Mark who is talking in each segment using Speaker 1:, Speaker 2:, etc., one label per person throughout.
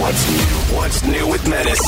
Speaker 1: What's new? What's new with Menace?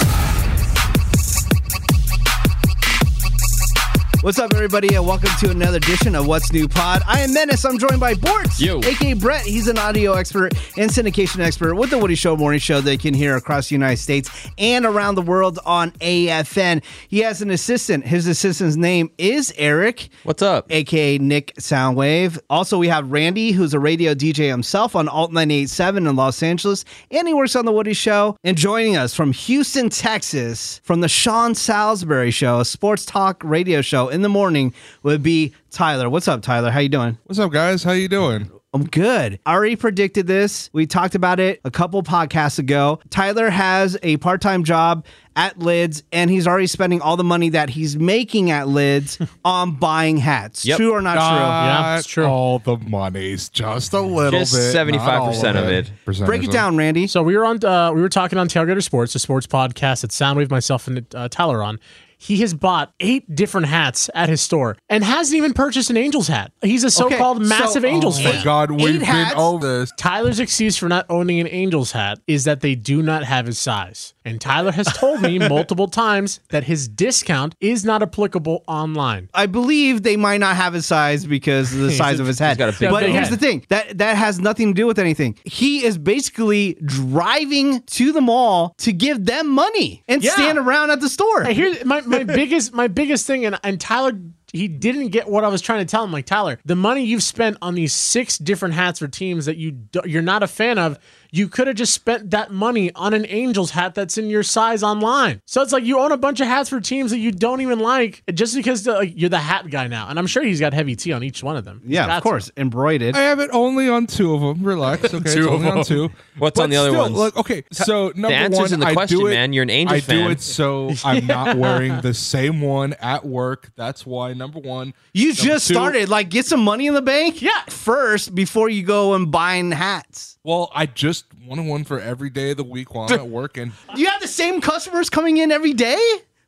Speaker 2: What's up, everybody, and welcome to another edition of What's New Pod. I am Menace. I'm joined by Bortz,
Speaker 3: Yo.
Speaker 2: aka Brett. He's an audio expert and syndication expert with the Woody Show Morning Show that you can hear across the United States and around the world on AFN. He has an assistant. His assistant's name is Eric.
Speaker 3: What's up?
Speaker 2: aka Nick Soundwave. Also, we have Randy, who's a radio DJ himself on Alt 987 in Los Angeles, and he works on The Woody Show. And joining us from Houston, Texas, from the Sean Salisbury Show, a sports talk radio show in the morning, would be Tyler. What's up, Tyler? How you doing?
Speaker 4: What's up, guys? How you doing?
Speaker 2: I'm good. I already predicted this. We talked about it a couple podcasts ago. Tyler has a part time job at Lids, and he's already spending all the money that he's making at Lids on buying hats.
Speaker 3: Yep.
Speaker 2: True or not true?
Speaker 4: Not
Speaker 5: it's true.
Speaker 4: All the money's just a little
Speaker 3: Just
Speaker 4: bit. not
Speaker 3: 75%
Speaker 4: all
Speaker 3: of it.
Speaker 4: Percentage
Speaker 2: Break it
Speaker 4: of
Speaker 2: down, Randy.
Speaker 5: So we were on. Uh, we were talking on Tailgater Sports, a sports podcast that Soundwave, myself, and uh, Tyler are on. He has bought eight different hats at his store and hasn't even purchased an Angels hat. He's a so-called
Speaker 2: so-
Speaker 5: massive Angels
Speaker 4: Oh
Speaker 5: fan.
Speaker 4: my God,
Speaker 2: Eight
Speaker 4: we've been
Speaker 2: hats.
Speaker 4: over this.
Speaker 5: Tyler's excuse for not owning an Angels hat is that they do not have his size. And Tyler has told me multiple times that his discount is not applicable online.
Speaker 2: I believe they might not have his size because of the size of his head.
Speaker 3: got a big
Speaker 2: but
Speaker 5: head.
Speaker 2: here's the thing that that has nothing to do with anything. He is basically driving to the mall to give them money and
Speaker 5: Yeah.
Speaker 2: stand around at the store.
Speaker 5: I hear my, my biggest my biggest thing and, and Tyler he didn't get what I was trying to tell him. Like Tyler, the money you've spent on these six different hats for teams that you do, you're not a fan of, you could have just spent that money on an Angels hat that's in your size online. So it's like you own a bunch of hats for teams that you don't even like, just because the, like, you're the hat guy now. And I'm sure he's got heavy tea on each one of them. He's
Speaker 2: yeah,
Speaker 5: got
Speaker 2: of course, embroidered.
Speaker 4: I have it only on two of them. Relax. Okay,
Speaker 3: Two
Speaker 4: it's
Speaker 3: of
Speaker 4: only on
Speaker 3: them.
Speaker 4: two.
Speaker 3: What's on the other
Speaker 4: still,
Speaker 3: ones?
Speaker 4: Look, okay, so number
Speaker 3: answer's
Speaker 4: one,
Speaker 3: in the
Speaker 4: I
Speaker 3: question,
Speaker 4: do it,
Speaker 3: man. You're an Angels
Speaker 4: I
Speaker 3: fan.
Speaker 4: do it so I'm not wearing the same one at work. That's why number one.
Speaker 2: You just
Speaker 4: two-
Speaker 2: started. Like, get some money in the bank
Speaker 5: Yeah.
Speaker 2: first before you go and buying hats.
Speaker 4: Well, I just want one for every day of the week while I'm at work, and
Speaker 2: You have the same customers coming in every day?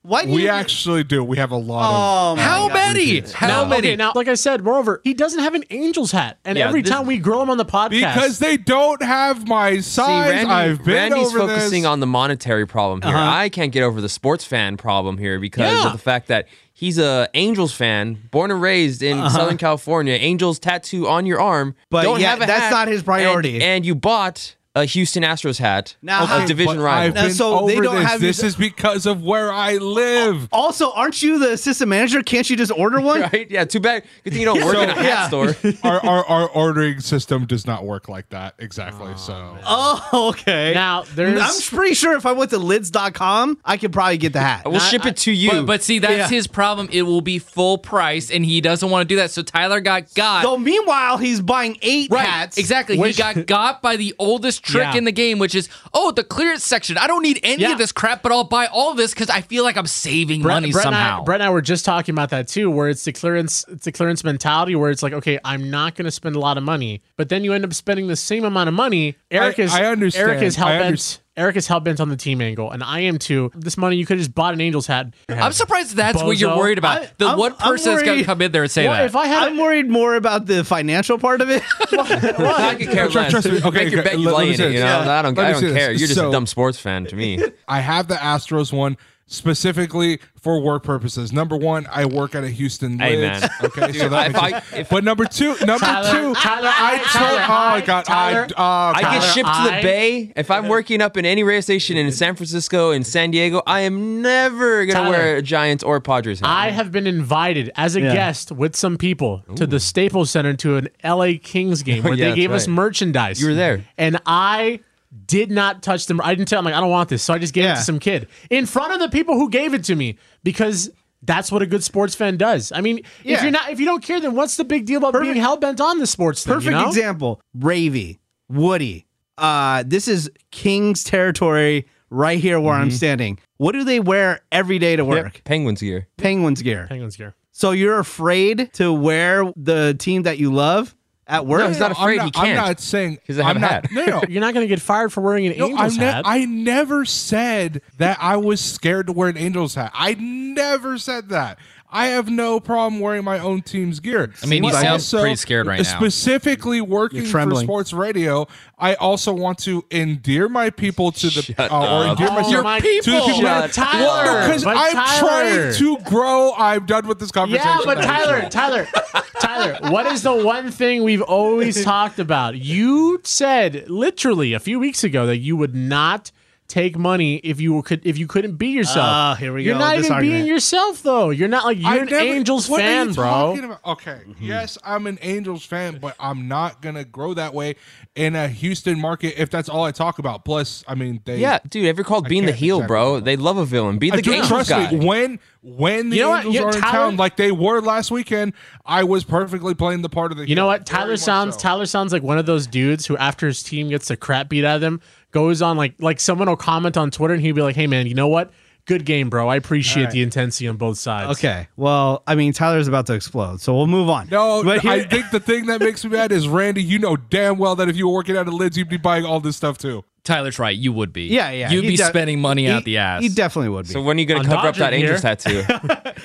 Speaker 2: Why do
Speaker 4: we
Speaker 2: you
Speaker 4: actually do. We have a lot
Speaker 2: Oh, my
Speaker 3: How
Speaker 2: God.
Speaker 3: many? How
Speaker 5: Now,
Speaker 3: many?
Speaker 5: okay, now, like I said, moreover, he doesn't have an Angels hat, and
Speaker 3: Yeah,
Speaker 5: every
Speaker 3: this-
Speaker 5: time we grill him on the podcast,
Speaker 4: of because they don't have my
Speaker 3: See,
Speaker 4: size.
Speaker 3: Randy-
Speaker 4: I've been
Speaker 3: Randy's
Speaker 4: over this.
Speaker 3: focusing on the monetary problem here.
Speaker 2: Uh-huh.
Speaker 3: I can't get over the sports fan problem here because
Speaker 5: Yeah.
Speaker 3: of the fact that he's a Angels fan, born and raised in Southern California. Angels tattoo on your arm,
Speaker 2: Uh-huh. But
Speaker 3: don't
Speaker 2: yeah,
Speaker 3: have a
Speaker 2: that's
Speaker 3: hat,
Speaker 2: not his priority.
Speaker 3: And, and you bought a Houston Astros hat,
Speaker 2: Now,
Speaker 3: a
Speaker 2: I-
Speaker 3: division
Speaker 4: But
Speaker 3: rival.
Speaker 4: I've been
Speaker 2: so they
Speaker 4: over
Speaker 2: don't
Speaker 4: this.
Speaker 2: have
Speaker 4: this
Speaker 2: these-
Speaker 4: is because of where I live.
Speaker 2: Also, aren't you the assistant manager? Can't you just order one?
Speaker 3: Right? Yeah, too bad. Good thing you don't work in a hat
Speaker 2: Yeah.
Speaker 3: store.
Speaker 4: our, our our ordering system does not work like that exactly. so
Speaker 2: Oh, okay.
Speaker 5: Now, there's-
Speaker 2: I'm pretty sure if I went to lids.com, I could probably get the hat.
Speaker 3: We'll ship it to you.
Speaker 6: But, but see, that's
Speaker 2: Yeah.
Speaker 6: his problem. It will be full price, and he doesn't want to do that. So Tyler got got.
Speaker 2: So meanwhile, he's buying eight
Speaker 6: Right,
Speaker 2: hats.
Speaker 6: exactly.
Speaker 5: Which-
Speaker 6: he got got by the oldest trick
Speaker 5: Yeah.
Speaker 6: in the game, which is oh, the clearance section. I don't need any
Speaker 5: Yeah.
Speaker 6: of this crap, but I'll buy all this because I feel like I'm saving money
Speaker 5: And I,
Speaker 6: somehow.
Speaker 5: Brett and I were just talking about that too, where it's the clearance, it's the clearance mentality, where it's like, okay, I'm not going to spend a lot of money, but then you end up spending the same amount of money. Eric
Speaker 4: I-
Speaker 5: is,
Speaker 4: I understand.
Speaker 5: Eric is
Speaker 4: I
Speaker 5: hell bent.
Speaker 4: underst-
Speaker 5: Eric is hell bent on the team angle, and I am too. This money you could have just bought an Angels hat.
Speaker 6: I'm surprised that's what you're
Speaker 5: Bozo.
Speaker 6: worried about.
Speaker 2: I-
Speaker 6: the
Speaker 2: I'm-
Speaker 6: one
Speaker 2: I'm
Speaker 6: person that's going
Speaker 2: worried-
Speaker 6: to come in there and say
Speaker 5: Well,
Speaker 6: that.
Speaker 5: if I had,
Speaker 2: I'm worried more about the financial part of it.
Speaker 3: I could care
Speaker 4: Trust-
Speaker 3: less.
Speaker 4: trust me. Okay,
Speaker 3: Make your
Speaker 4: okay,
Speaker 3: bet you
Speaker 4: let- let
Speaker 3: lay
Speaker 4: me
Speaker 3: in
Speaker 4: say
Speaker 3: it. You
Speaker 4: this.
Speaker 3: know,
Speaker 4: Yeah.
Speaker 3: I don't,
Speaker 4: Let
Speaker 3: I
Speaker 4: me
Speaker 3: don't
Speaker 4: say this.
Speaker 3: care. You're just a
Speaker 4: So-
Speaker 3: dumb sports fan to me.
Speaker 4: I have the Astros one specifically for work purposes. Number one, I work at a Houston
Speaker 3: Hey,
Speaker 4: Lids.
Speaker 3: man.
Speaker 4: Okay, so that
Speaker 3: if I-
Speaker 4: makes sense.
Speaker 3: if-
Speaker 4: but number two, number
Speaker 5: Tyler,
Speaker 4: two,
Speaker 5: Tyler,
Speaker 4: I
Speaker 5: Tyler,
Speaker 4: told. Oh God,
Speaker 5: Tyler,
Speaker 4: I. Uh,
Speaker 3: I get
Speaker 5: Tyler,
Speaker 3: shipped to the
Speaker 5: I-
Speaker 3: Bay. If I'm working up in any radio station in San Francisco and San Diego, I am never gonna
Speaker 5: Tyler.
Speaker 3: wear a Giants or Padres hat.
Speaker 5: I have been invited as a guest with some people to the Staples Center to an LA Kings game where
Speaker 3: Yeah,
Speaker 5: they
Speaker 3: that's
Speaker 5: gave us
Speaker 3: right.
Speaker 5: merchandise.
Speaker 3: You were there.
Speaker 5: And I did not touch them. I didn't tell them, like, I don't want this. So I just gave
Speaker 2: Yeah.
Speaker 5: it to some kid in front of the people who gave it to me because that's what a good sports fan does. I mean, if
Speaker 2: Yeah.
Speaker 5: you're not, if you don't care, then what's the big deal about being hell bent on the sports thing? you
Speaker 2: Perfect
Speaker 5: know?
Speaker 2: example. Ravy, Woody. Uh, this is King's territory right here where I'm standing. What do they wear every day to work?
Speaker 3: Penguins gear.
Speaker 2: Penguins gear.
Speaker 5: Penguins here.
Speaker 2: So you're afraid to wear the team that you love at work?
Speaker 3: No, he's not
Speaker 4: I'm
Speaker 3: afraid.
Speaker 4: not,
Speaker 3: he can't.
Speaker 4: I'm not saying.
Speaker 3: doesn't
Speaker 4: I'm
Speaker 3: have a
Speaker 4: not.
Speaker 3: hat.
Speaker 4: No, no.
Speaker 5: You're not going to get fired for wearing an
Speaker 4: No, I,
Speaker 5: Angels
Speaker 4: ne-
Speaker 5: hat.
Speaker 4: I never said that I was scared to wear an Angels hat. I never said that. I have no problem wearing my own team's gear. I
Speaker 6: mean, you sound pretty scared right now.
Speaker 4: Specifically working
Speaker 2: You're
Speaker 4: for
Speaker 2: trembling.
Speaker 4: sports radio, I also want to endear my people to the
Speaker 3: Shut
Speaker 4: uh, or
Speaker 3: up.
Speaker 4: endear myself
Speaker 5: Your
Speaker 4: to the
Speaker 5: people.
Speaker 4: people.
Speaker 5: But Tyler.
Speaker 4: because
Speaker 5: But
Speaker 4: I'm
Speaker 5: Tyler.
Speaker 4: trying to grow. I'm done with this conversation.
Speaker 5: Yeah, but Tyler, Tyler, Tyler, what is the one thing we've always talked about? You said literally a few weeks ago that you would not take money if you could if you couldn't be yourself.
Speaker 2: Ah, here we
Speaker 5: You're
Speaker 2: go,
Speaker 5: not
Speaker 2: this
Speaker 5: even being
Speaker 2: argument.
Speaker 5: yourself though. You're not like you're
Speaker 4: I
Speaker 5: an
Speaker 4: never-
Speaker 5: Angels
Speaker 4: what are
Speaker 5: fan,
Speaker 4: you
Speaker 5: bro.
Speaker 4: talking about? Mm-hmm. Okay, yes, I'm an Angels fan, but I'm not gonna grow that way in a Houston market if that's all I talk about. Plus, I mean, they
Speaker 3: Yeah, dude, ever called being the
Speaker 4: can't
Speaker 3: heel,
Speaker 4: exactly
Speaker 3: bro? They love a villain. Be the
Speaker 4: I do
Speaker 3: Angels
Speaker 4: trust
Speaker 3: guy.
Speaker 4: me. When when the
Speaker 5: You know what?
Speaker 4: Angels
Speaker 5: You-
Speaker 4: are in
Speaker 5: Tyler-
Speaker 4: town, like they were last weekend, I was perfectly playing the part of the.
Speaker 5: You know what? Tyler sounds Tyler sounds like one of those dudes who after his team gets the crap beat out of them, goes on like like someone will comment on Twitter and he'd be like, Hey man, you know what? Good game, bro. I appreciate the intensity on both sides.
Speaker 2: Okay. Well, I mean, Tyler's about to explode, so we'll move on.
Speaker 4: No,
Speaker 2: but here,
Speaker 4: I think the thing that makes me mad is Randy. You know damn well that if you were working out of lids, you'd be buying all this stuff too.
Speaker 6: Tyler's right. You would be.
Speaker 2: yeah, yeah,
Speaker 6: You'd
Speaker 2: he
Speaker 6: be
Speaker 2: de-
Speaker 6: spending money
Speaker 2: he-
Speaker 6: out the ass.
Speaker 2: He definitely would be.
Speaker 3: So when are you gonna
Speaker 5: I'm
Speaker 3: cover up that
Speaker 5: dodging
Speaker 3: Angels tattoo?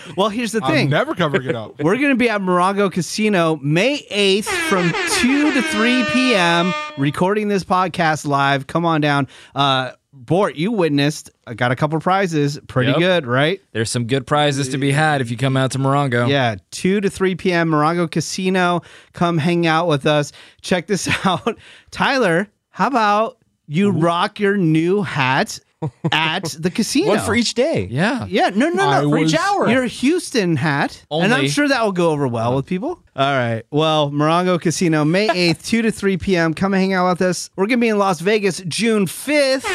Speaker 2: well, here's the
Speaker 4: I'm
Speaker 2: thing.
Speaker 4: never covering it up.
Speaker 2: We're going to be at Morongo Casino May 8th from 2 to 3 p.m. recording this podcast live. Come on down. Uh, Bort, you witnessed. I got a couple prizes. Pretty
Speaker 6: Yep.
Speaker 2: good, right?
Speaker 6: There's some good prizes to be had if you come out to Morongo.
Speaker 2: Yeah, 2 to 3 p.m. Morongo Casino. Come hang out with us. Check this out. Tyler, how about you rock your new hat at the casino?
Speaker 3: One for each day.
Speaker 6: Yeah.
Speaker 2: Yeah, no, no, no.
Speaker 4: I
Speaker 2: for each
Speaker 4: was-
Speaker 2: hour. Your Houston hat. And I'm
Speaker 6: Only.
Speaker 2: sure that will go over well with people. All right. Well, Morongo Casino, May 8th, 2 to 3 p.m. Come and hang out with us. We're going to be in Las Vegas June 5th.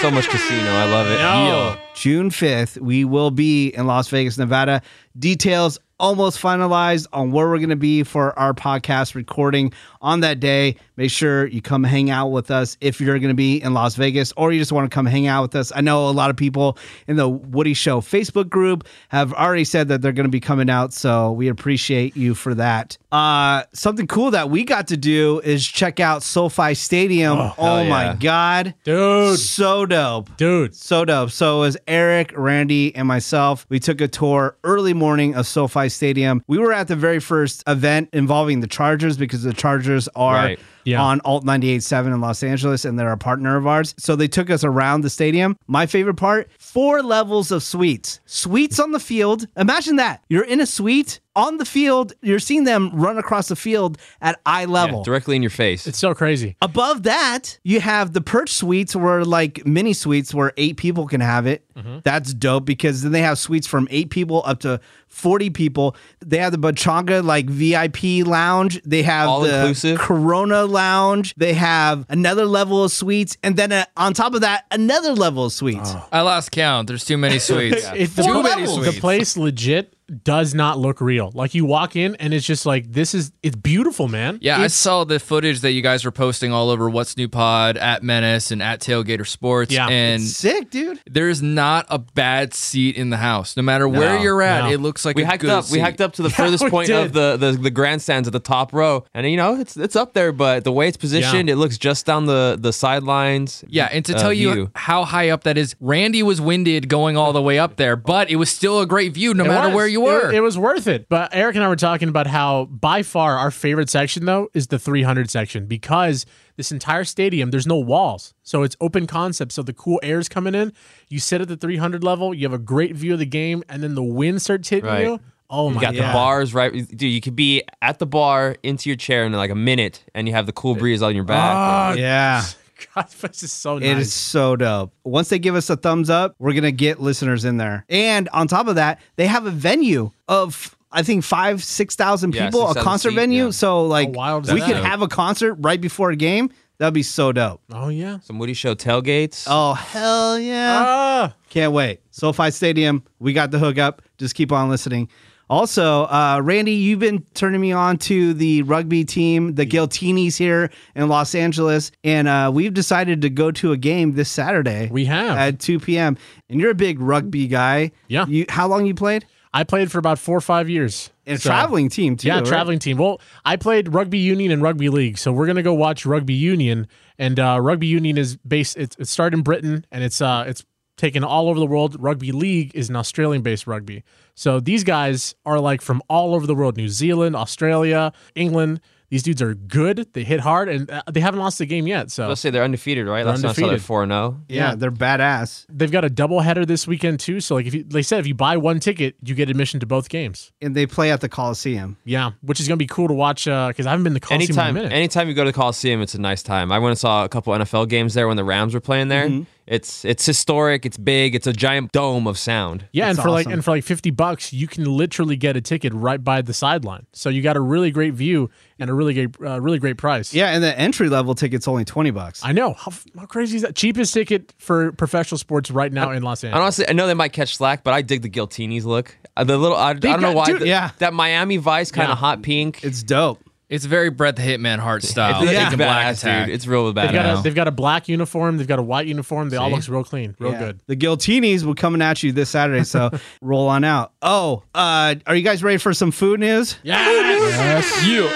Speaker 3: So much casino. I love it.
Speaker 6: Oh.
Speaker 2: June 5th, we will be in Las Vegas, Nevada. Details almost finalized on where we're going to be for our podcast recording on that day. Make sure you come hang out with us if you're going to be in Las Vegas or you just want to come hang out with us. I know a lot of people in the Woody Show Facebook group have already said that they're going to be coming out, so we appreciate you for that. Uh, something cool that we got to do is check out SoFi Stadium. Oh, my god.
Speaker 5: Dude.
Speaker 2: So dope.
Speaker 5: Dude.
Speaker 2: So dope. So it was Eric, Randy, and myself. We took a tour early morning of SoFi Stadium. We were at the very first event involving the Chargers because the Chargers are
Speaker 3: Right.
Speaker 5: Yeah.
Speaker 2: on Alt 98.7 in Los Angeles and they're a partner of ours. So they took us around the stadium. My favorite part four levels of suites. Suites on the field. Imagine that. You're in a suite on the field. You're seeing them run across the field at eye level.
Speaker 3: Directly in your face.
Speaker 5: It's so crazy.
Speaker 6: Uh,
Speaker 2: Above that, you have the perch suites where like mini suites where eight people can have it. That's dope because then they have suites from eight people up to 40 people. They have the Bachanga like VIP lounge. They have
Speaker 3: All
Speaker 2: the
Speaker 3: inclusive?
Speaker 2: Corona lounge. They have another level of suites. And then uh, on top of that, another level of suites.
Speaker 3: Oh.
Speaker 6: I lost count. There's too many suites.
Speaker 5: It, the,
Speaker 6: too many
Speaker 5: levels.
Speaker 6: suites.
Speaker 5: the place legit does not look real. Like you walk in and it's just like this is it's beautiful, man.
Speaker 6: Yeah, I
Speaker 5: It's-
Speaker 6: saw the footage that you guys were posting all over What's New Pod at Menace and at Tailgater Sports.
Speaker 5: Yeah.
Speaker 6: and
Speaker 2: Sick, dude.
Speaker 6: there's not a bad seat in the house. No matter where you're at,
Speaker 5: no.
Speaker 6: it looks like
Speaker 3: Oh. we
Speaker 6: a
Speaker 3: hacked
Speaker 6: good
Speaker 3: up. We
Speaker 6: seat.
Speaker 3: hacked up to the furthest
Speaker 5: we
Speaker 3: point of the, the the grandstands at the top row, and you know it's it's up there. But the way it's positioned,
Speaker 5: Yeah.
Speaker 3: it looks just down the the sidelines.
Speaker 6: Yeah, and to
Speaker 3: uh,
Speaker 6: tell you
Speaker 3: view.
Speaker 6: how high up that is, Randy was winded going all the way up there, but it was still a great view no
Speaker 5: It
Speaker 6: matter
Speaker 5: was.
Speaker 6: where you were.
Speaker 5: It, it was worth it. But Eric and I were talking about how by far our favorite section though is the 300 section because this entire stadium there's no walls. So it's open concept so the cool air's coming in. You sit at the 300 level, you have a great view of the game and then the wind starts hitting
Speaker 3: Right.
Speaker 5: you. Oh my
Speaker 3: You got
Speaker 5: god.
Speaker 3: the bars right, dude. You could be at the bar into your chair in like a minute, and you have the cool breeze on your back.
Speaker 5: Ah.
Speaker 2: Yeah.
Speaker 5: God, this is so
Speaker 2: It
Speaker 5: nice.
Speaker 2: is so dope. Once they give us a thumbs up, we're gonna get listeners in there. And on top of that, they have a venue of I think five, six thousand
Speaker 3: Yeah,
Speaker 2: people, a
Speaker 3: 6,000
Speaker 2: concert
Speaker 3: seat,
Speaker 2: venue.
Speaker 3: yeah.
Speaker 2: So like,
Speaker 5: wild is
Speaker 2: we
Speaker 5: that?
Speaker 2: could have a concert right before a game. That'd be so dope.
Speaker 5: oh yeah.
Speaker 3: Some Woody Show tailgates.
Speaker 2: Oh hell yeah!
Speaker 5: Ah.
Speaker 2: Can't wait. SoFi Stadium, we got the hookup. Just keep on listening. Also, uh, Randy, you've been turning me on to the rugby team, the Giltinis here in Los Angeles, and uh, we've decided to go to a game this Saturday.
Speaker 5: We have.
Speaker 2: at 2 p.m. And you're a big rugby guy.
Speaker 5: Yeah.
Speaker 2: You, how long you played?
Speaker 5: I played for about four or five years.
Speaker 2: And
Speaker 5: So-
Speaker 2: traveling team too.
Speaker 5: Yeah,
Speaker 2: right?
Speaker 5: traveling team. Well, I played rugby union and rugby league, so we're gonna go watch rugby union. And uh, rugby union is based. It, it started in Britain, and it's uh, it's taken all over the world. Rugby League is an Australian based rugby. So these guys are like from all over the world New Zealand, Australia, England. These dudes are good. They hit hard and uh, they haven't lost a game yet. So
Speaker 3: Let's say they're undefeated, right? Let's not sell it
Speaker 5: undefeated.
Speaker 3: four and oh. zero.
Speaker 2: Yeah, they're badass.
Speaker 5: they've got a double header this weekend too. So like if you, they said if you buy one ticket, you get admission to both games.
Speaker 2: And they play at the Coliseum.
Speaker 5: Yeah, which is gonna be cool to watch because I haven't been to the Coliseum in
Speaker 3: Anytime,
Speaker 5: a minute.
Speaker 3: anytime you go to the Coliseum, it's a nice time. I went and saw a couple NFL games there when the Rams were playing there.
Speaker 5: Mm-hmm.
Speaker 3: It's it's historic. It's big. It's a giant dome of sound.
Speaker 5: Yeah, and
Speaker 2: That's
Speaker 5: for like
Speaker 2: awesome.
Speaker 5: and for like fifty bucks, you can literally get a ticket right by the sideline. So you got a really great view and a really great, uh, really great price.
Speaker 2: Yeah, and the entry level ticket's only 20 bucks.
Speaker 5: I know. How, f- how crazy is that? Cheapest ticket for professional sports right now in Los
Speaker 3: And
Speaker 5: Angeles.
Speaker 3: honestly, I know they might catch slack, but I dig the Guiltini's look. Uh, The little I, I don't know
Speaker 5: got-
Speaker 3: why.
Speaker 5: dude,
Speaker 3: the-
Speaker 2: yeah.
Speaker 3: that Miami Vice kind
Speaker 5: Yeah.
Speaker 3: of hot pink.
Speaker 2: It's dope.
Speaker 6: It's very Brett the Hitman Hart style.
Speaker 3: It's
Speaker 6: Pink and black
Speaker 3: badass,
Speaker 6: attack.
Speaker 3: dude. It's real
Speaker 5: They've got, a,
Speaker 3: badass.
Speaker 5: they've got a black uniform. They've got a white uniform. They all
Speaker 6: See?
Speaker 5: looks real clean, real
Speaker 2: Yeah.
Speaker 5: good.
Speaker 2: The Guiltinis will coming at you this Saturday, so roll on out. Oh, uh, are you guys ready for some food news?
Speaker 5: Yes.
Speaker 6: you.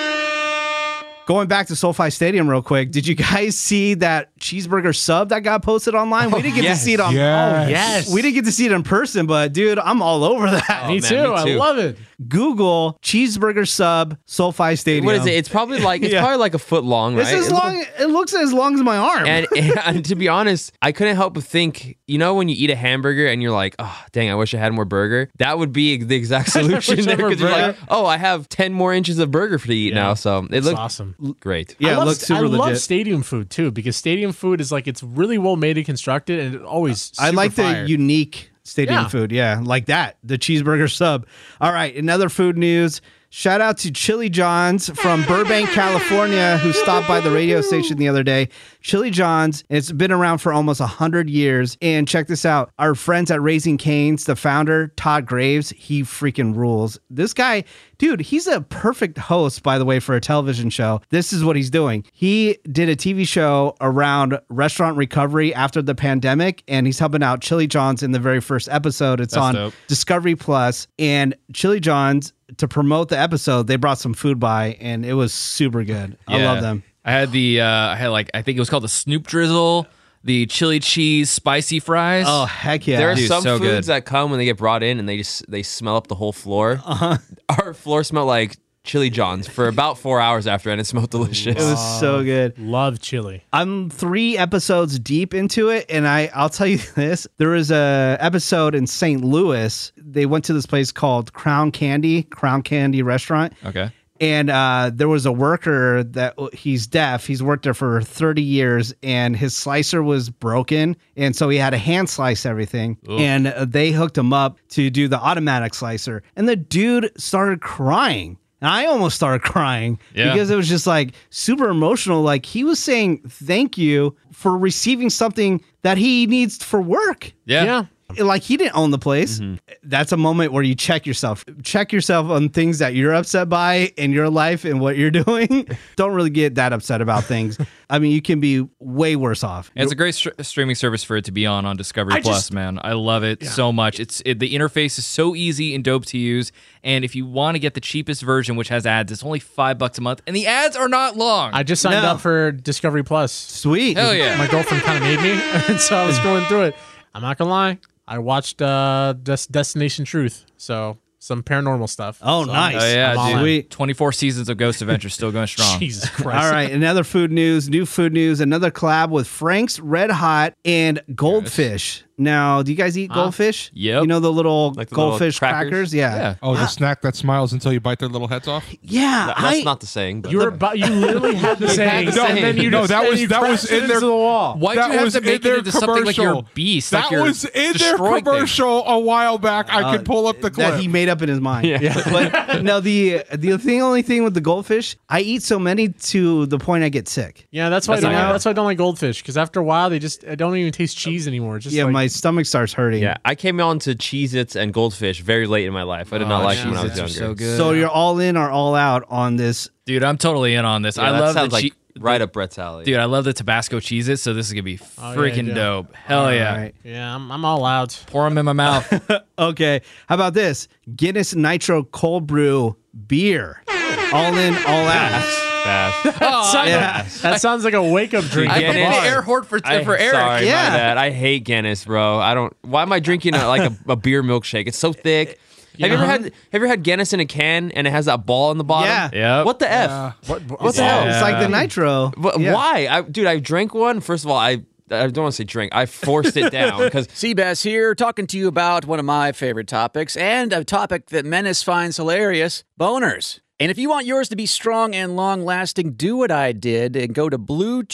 Speaker 2: Going back to SoFi Stadium real quick, did you guys see that cheeseburger sub that got posted online? We didn't get
Speaker 3: Oh, yes.
Speaker 2: to see it on. oh,
Speaker 4: Yes.
Speaker 5: Yes.
Speaker 2: We didn't get to see it in person, but dude, I'm all over that.
Speaker 5: Me,
Speaker 3: man,
Speaker 5: too.
Speaker 3: me
Speaker 5: I
Speaker 3: too.
Speaker 5: love it.
Speaker 2: Google cheeseburger sub SoFi Stadium.
Speaker 3: What is it? It's probably like it's
Speaker 2: Yeah.
Speaker 3: probably like a foot long, right?
Speaker 2: It's as
Speaker 3: It looks-
Speaker 2: long. It looks as long as my arm.
Speaker 3: And, and to be honest, I couldn't help but think, you know, when you eat a hamburger and you're like, oh, dang, I wish I had more burger. That would be the exact solution
Speaker 5: wish I had
Speaker 3: there
Speaker 5: more
Speaker 3: because you're like,
Speaker 5: burger.
Speaker 3: oh, I have 10 more inches of burger for to eat now. So it
Speaker 5: It's
Speaker 3: looks
Speaker 5: awesome.
Speaker 3: great.
Speaker 2: yeah,
Speaker 5: I love,
Speaker 2: it looks
Speaker 5: st-
Speaker 2: super
Speaker 5: I
Speaker 2: legit.
Speaker 5: love stadium food too because stadium food is like it's really well made and constructed, and it always.
Speaker 2: I
Speaker 5: super
Speaker 2: like
Speaker 5: fire.
Speaker 2: the unique stadium
Speaker 5: Yeah.
Speaker 2: food. Yeah, like that. The cheeseburger sub. All right, another food news. Shout out to Chili John's from Burbank, California, who stopped by the radio station the other day. Chili John's, it's been around for almost 100 years. And check this out our friends at Raising Canes, the founder, Todd Graves, he freaking rules. This guy, dude, he's a perfect host, by the way, for a television show. This is what he's doing. He did a TV show around restaurant recovery after the pandemic, and he's helping out Chili John's in the very first episode. It's on
Speaker 6: dope.
Speaker 2: Discovery Plus, and Chili John's. To promote the episode, they brought some food by, and it was super good. I
Speaker 6: Yeah.
Speaker 2: love them.
Speaker 6: I had the uh, I had like I think it was called the Snoop Drizzle, the chili cheese spicy fries.
Speaker 2: Oh heck yeah!
Speaker 3: There are
Speaker 6: Dude,
Speaker 3: some
Speaker 6: so
Speaker 3: foods
Speaker 6: good.
Speaker 3: that come when they get brought in and they just they smell up the whole floor.
Speaker 2: Uh-huh.
Speaker 3: Our floor smelled like chili johns for about four hours after, and it smelled delicious.
Speaker 2: it was so good.
Speaker 5: love chili.
Speaker 2: I'm three episodes deep into it, and I I'll tell you this: there was a episode in St. Louis. They went to this place called Crown Candy, Crown Candy Restaurant,
Speaker 6: okay.
Speaker 2: and uh, there was a worker that uh, he's deaf. He's worked there for 30 years, and his slicer was broken, and so he had to hand slice everything. And uh, they hooked him up to do the automatic slicer, and the dude started crying. And I almost started crying
Speaker 6: Yeah.
Speaker 2: because it was just like super emotional. Like he was saying thank you for receiving something that he needs for work
Speaker 6: Yeah.
Speaker 5: yeah.
Speaker 2: like he didn't own the place. That's a moment where you check yourself. Check yourself on things that you're upset by in your life and what you're doing. Don't really get that upset about things. I mean, you can be way worse off.
Speaker 6: And It's a great str- streaming service for it to be on on Discovery
Speaker 5: I
Speaker 6: Plus,
Speaker 5: just-
Speaker 6: man. I love it so much. It's it, the interface is so easy and dope to use. And if you want to get the cheapest version, which has ads, it's only five bucks a month, and the ads are not long.
Speaker 5: I just signed
Speaker 2: No.
Speaker 5: up for Discovery Plus.
Speaker 2: Sweet.
Speaker 6: Hell yeah!
Speaker 5: My girlfriend kind of made me, and so I was going through it. I'm not gonna lie, I watched uh, Des- Destination Truth, so some paranormal stuff.
Speaker 2: Oh,
Speaker 5: So-
Speaker 2: nice.
Speaker 6: Oh, yeah,
Speaker 5: I'm
Speaker 6: dude.
Speaker 5: all
Speaker 2: Sweet.
Speaker 6: Twenty four seasons of Ghost Adventure still going strong.
Speaker 5: Jesus Christ!
Speaker 2: All right, another food news, new food news, another collab with Frank's Red Hot and Goldfish. Now, do you guys eat goldfish?
Speaker 6: yep.
Speaker 2: You know the little
Speaker 3: Like the little
Speaker 2: goldfish
Speaker 3: crackers?
Speaker 2: crackers? Yeah.
Speaker 6: Yeah.
Speaker 4: Oh, the snack that smiles until you bite their little heads off.
Speaker 2: Yeah,
Speaker 3: That-
Speaker 2: I,
Speaker 3: That's not the saying. But
Speaker 5: You were about, you literally had the saying,
Speaker 3: the
Speaker 5: and then
Speaker 3: saying.
Speaker 5: you
Speaker 4: No,
Speaker 5: just,
Speaker 4: that
Speaker 5: and
Speaker 4: was-
Speaker 5: you
Speaker 4: that was
Speaker 5: crashed
Speaker 4: in
Speaker 5: into
Speaker 4: their-
Speaker 5: the wall.
Speaker 6: Why do
Speaker 4: that
Speaker 6: you have
Speaker 4: was
Speaker 6: to make
Speaker 4: in
Speaker 6: it
Speaker 4: their
Speaker 6: into something like your
Speaker 4: commercial.
Speaker 6: beast?
Speaker 4: That
Speaker 6: like you're
Speaker 4: was in their
Speaker 6: destroying things?
Speaker 4: commercial a while back. I could pull up the clip.
Speaker 2: that he made up in his mind. Yeah. but no, the the thing, only thing with the goldfish, I eat so many to the point I get sick.
Speaker 5: Yeah, that's why
Speaker 6: That's
Speaker 5: I don't,
Speaker 6: not good.
Speaker 5: that's why I don't like goldfish because after a while they just I don't even taste cheese anymore. It's just
Speaker 2: Yeah,
Speaker 5: like,
Speaker 2: my stomach starts hurting.
Speaker 3: yeah, I came on to Cheez Its and Goldfish very late in my life. I did not like them when I was younger.
Speaker 6: Cheez-Its are Oh, so good.
Speaker 2: So you're all in or all out on this.
Speaker 6: Dude, I'm totally in on this.
Speaker 3: Yeah,
Speaker 6: I
Speaker 3: that
Speaker 6: love the
Speaker 3: sounds
Speaker 6: che-
Speaker 3: like right up Brett's alley.
Speaker 6: Dude, I love the Tabasco cheese it, so this is gonna be
Speaker 3: Oh,
Speaker 5: yeah,
Speaker 6: freaking
Speaker 5: yeah.
Speaker 6: dope. Hell yeah.
Speaker 2: All right.
Speaker 5: yeah, I'm, I'm all out.
Speaker 6: Pour them in my mouth.
Speaker 2: Okay. How about this Guinness Nitro Cold Brew beer? All in, all out.
Speaker 3: fast.
Speaker 6: Oh, I-
Speaker 2: Yeah.
Speaker 5: That sounds like a wake up drink.
Speaker 3: I
Speaker 6: I've
Speaker 5: at
Speaker 3: get
Speaker 5: the
Speaker 6: been
Speaker 3: it.
Speaker 6: in
Speaker 5: bar.
Speaker 6: the airport for,
Speaker 3: I,
Speaker 6: for Eric.
Speaker 3: Sorry,
Speaker 2: Yeah.
Speaker 3: yeah. my bad. I hate Guinness, bro. I don't. Why am I drinking uh like a, a beer milkshake? It's so thick. Have you ever had Have you ever had Guinness in a can and it has that ball in the bottom?
Speaker 2: Yeah.
Speaker 6: Yep.
Speaker 3: What the f?
Speaker 2: What the hell? It's like the nitro.
Speaker 3: But
Speaker 2: Yeah.
Speaker 3: why, I, dude? I drank one. First of all, I I don't want to say drink. I forced it down because
Speaker 7: Seabass here, talking to you about one of my favorite topics and a topic that Menace finds hilarious boners. And if you want yours to be strong and long lasting, do what I did and go to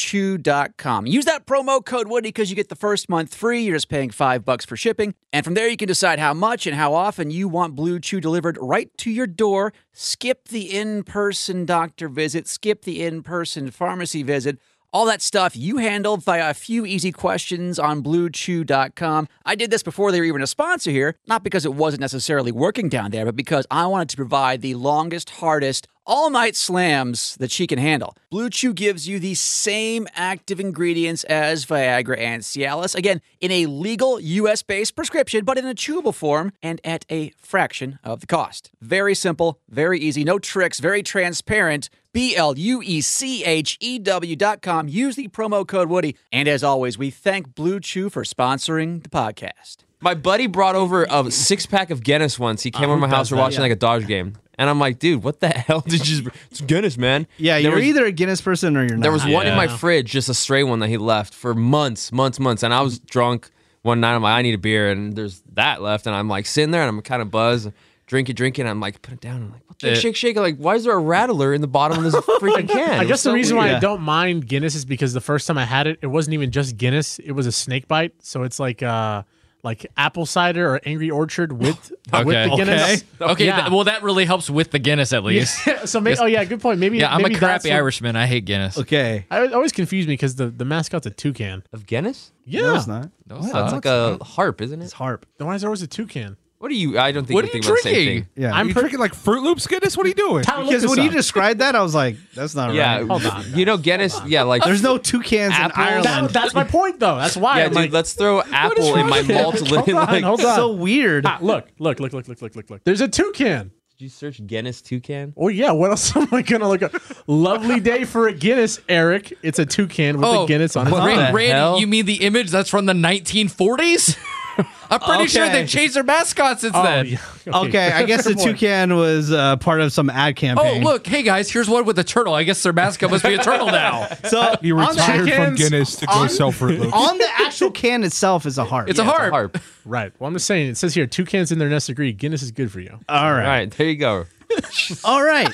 Speaker 7: bluechew.com. Use that promo code Woody because you get the first month free. You're just paying five bucks for shipping. And from there, you can decide how much and how often you want Blue Chew delivered right to your door. Skip the in person doctor visit, skip the in person pharmacy visit. All that stuff you handle via a few easy questions on bluechew.com. I did this before they were even a sponsor here, not because it wasn't necessarily working down there, but because I wanted to provide the longest, hardest, all night slams that she can handle. Blue Chew gives you the same active ingredients as Viagra and Cialis, again, in a legal US based prescription, but in a chewable form and at a fraction of the cost. Very simple, very easy, no tricks, very transparent. B L U E C H E W dot com. Use the promo code Woody. And as always, we thank Blue Chew for sponsoring the podcast.
Speaker 3: My buddy brought over a six pack of Guinness once. He came over my house. We're watching like a Dodge game, and I'm like, dude, what the hell did you? It's Guinness, man.
Speaker 2: Yeah,
Speaker 3: There
Speaker 2: you're
Speaker 3: was-
Speaker 2: either a Guinness person or you're not.
Speaker 3: There was one in my
Speaker 6: Yeah.
Speaker 3: fridge, just a stray one that he left for months, months, months. And I was drunk one night. I'm like, I need a beer, and there's that left, and I'm like sitting there, and I'm kind of buzzed, drinking, drinking. And I'm like, put it down. I'm like, what the
Speaker 6: Yeah.
Speaker 3: shake, shake? I'm like, why is there a rattler in the bottom of this freaking can?
Speaker 5: I
Speaker 3: It was
Speaker 5: guess the
Speaker 3: so
Speaker 5: reason why
Speaker 3: weird.
Speaker 5: I don't mind Guinness is because the first time I had it, it wasn't even just Guinness; it was a snake bite. So it's like uh, like apple cider or Angry Orchard with uh, with the Guinness.
Speaker 6: Okay. Okay,
Speaker 5: Yeah.
Speaker 6: th- well, that really helps with the Guinness at least. Yeah,
Speaker 5: so maybe, oh yeah, good point. Maybe
Speaker 6: I'm
Speaker 5: maybe
Speaker 6: a crappy
Speaker 5: that's what-
Speaker 6: Irishman. I hate Guinness.
Speaker 2: okay.
Speaker 5: I it always confuse me because the the mascot's a toucan.
Speaker 3: of Guinness.
Speaker 5: Yeah,
Speaker 2: No, it's not.
Speaker 6: No,
Speaker 3: That's
Speaker 6: sucks.
Speaker 3: like a harp, isn't it?
Speaker 2: It's harp.
Speaker 5: Then why is there always a toucan?
Speaker 3: What are you? I don't think
Speaker 6: What
Speaker 3: you
Speaker 6: are you
Speaker 3: think about the same
Speaker 6: drinking?
Speaker 3: thing.
Speaker 2: Yeah.
Speaker 5: I'm
Speaker 4: you
Speaker 5: per-
Speaker 4: drinking like Fruit Loops, Guinness? What are you doing?
Speaker 5: Tyler, look
Speaker 2: because
Speaker 5: this
Speaker 2: when you
Speaker 5: up.
Speaker 2: described that, I was like, that's not
Speaker 3: Yeah,
Speaker 2: right.
Speaker 5: Hold on,
Speaker 3: you know Guinness. Yeah, like
Speaker 2: There's no toucans in
Speaker 3: Apples?
Speaker 5: That-
Speaker 2: Ireland.
Speaker 5: that's my point though. That's why.
Speaker 3: Yeah,
Speaker 5: I'm
Speaker 3: dude,
Speaker 5: like,
Speaker 3: let's throw apple in
Speaker 5: wrong
Speaker 3: my
Speaker 5: with you?
Speaker 3: malt.
Speaker 5: Hold on,
Speaker 3: like,
Speaker 5: hold
Speaker 2: It's
Speaker 5: on.
Speaker 2: so weird.
Speaker 5: ah, look, look, look, look, look, look, look, look. There's a toucan.
Speaker 3: Did you search Guinness toucan?
Speaker 5: Oh yeah, what else am I gonna look up? Lovely day for a Guinness, Eric. It's a toucan with a Guinness on it.
Speaker 6: Oh, Ra-
Speaker 3: the
Speaker 6: Randy,
Speaker 3: hell?
Speaker 6: you mean the image that's from the 1940s? I'm pretty sure
Speaker 2: Okay.
Speaker 6: they've changed their mascot since
Speaker 5: Oh,
Speaker 6: then.
Speaker 5: yeah.
Speaker 2: Okay, I guess the
Speaker 5: Fair point.
Speaker 2: toucan was uh, part of some ad
Speaker 6: Oh,
Speaker 2: campaign.
Speaker 6: look, hey guys, here's one with a turtle. I guess their mascot must be a turtle now.
Speaker 2: So
Speaker 4: He
Speaker 2: on the
Speaker 4: retired from
Speaker 2: cans-
Speaker 4: Guinness to go sell Fruit Loops.
Speaker 2: On the actual can itself is a heart.
Speaker 6: It's a harp.
Speaker 5: Right. Well, I'm just saying. It says here, toucans in their nest agree. Guinness is good for you.
Speaker 2: All
Speaker 3: All
Speaker 2: right.
Speaker 3: right, there you go.
Speaker 2: All right.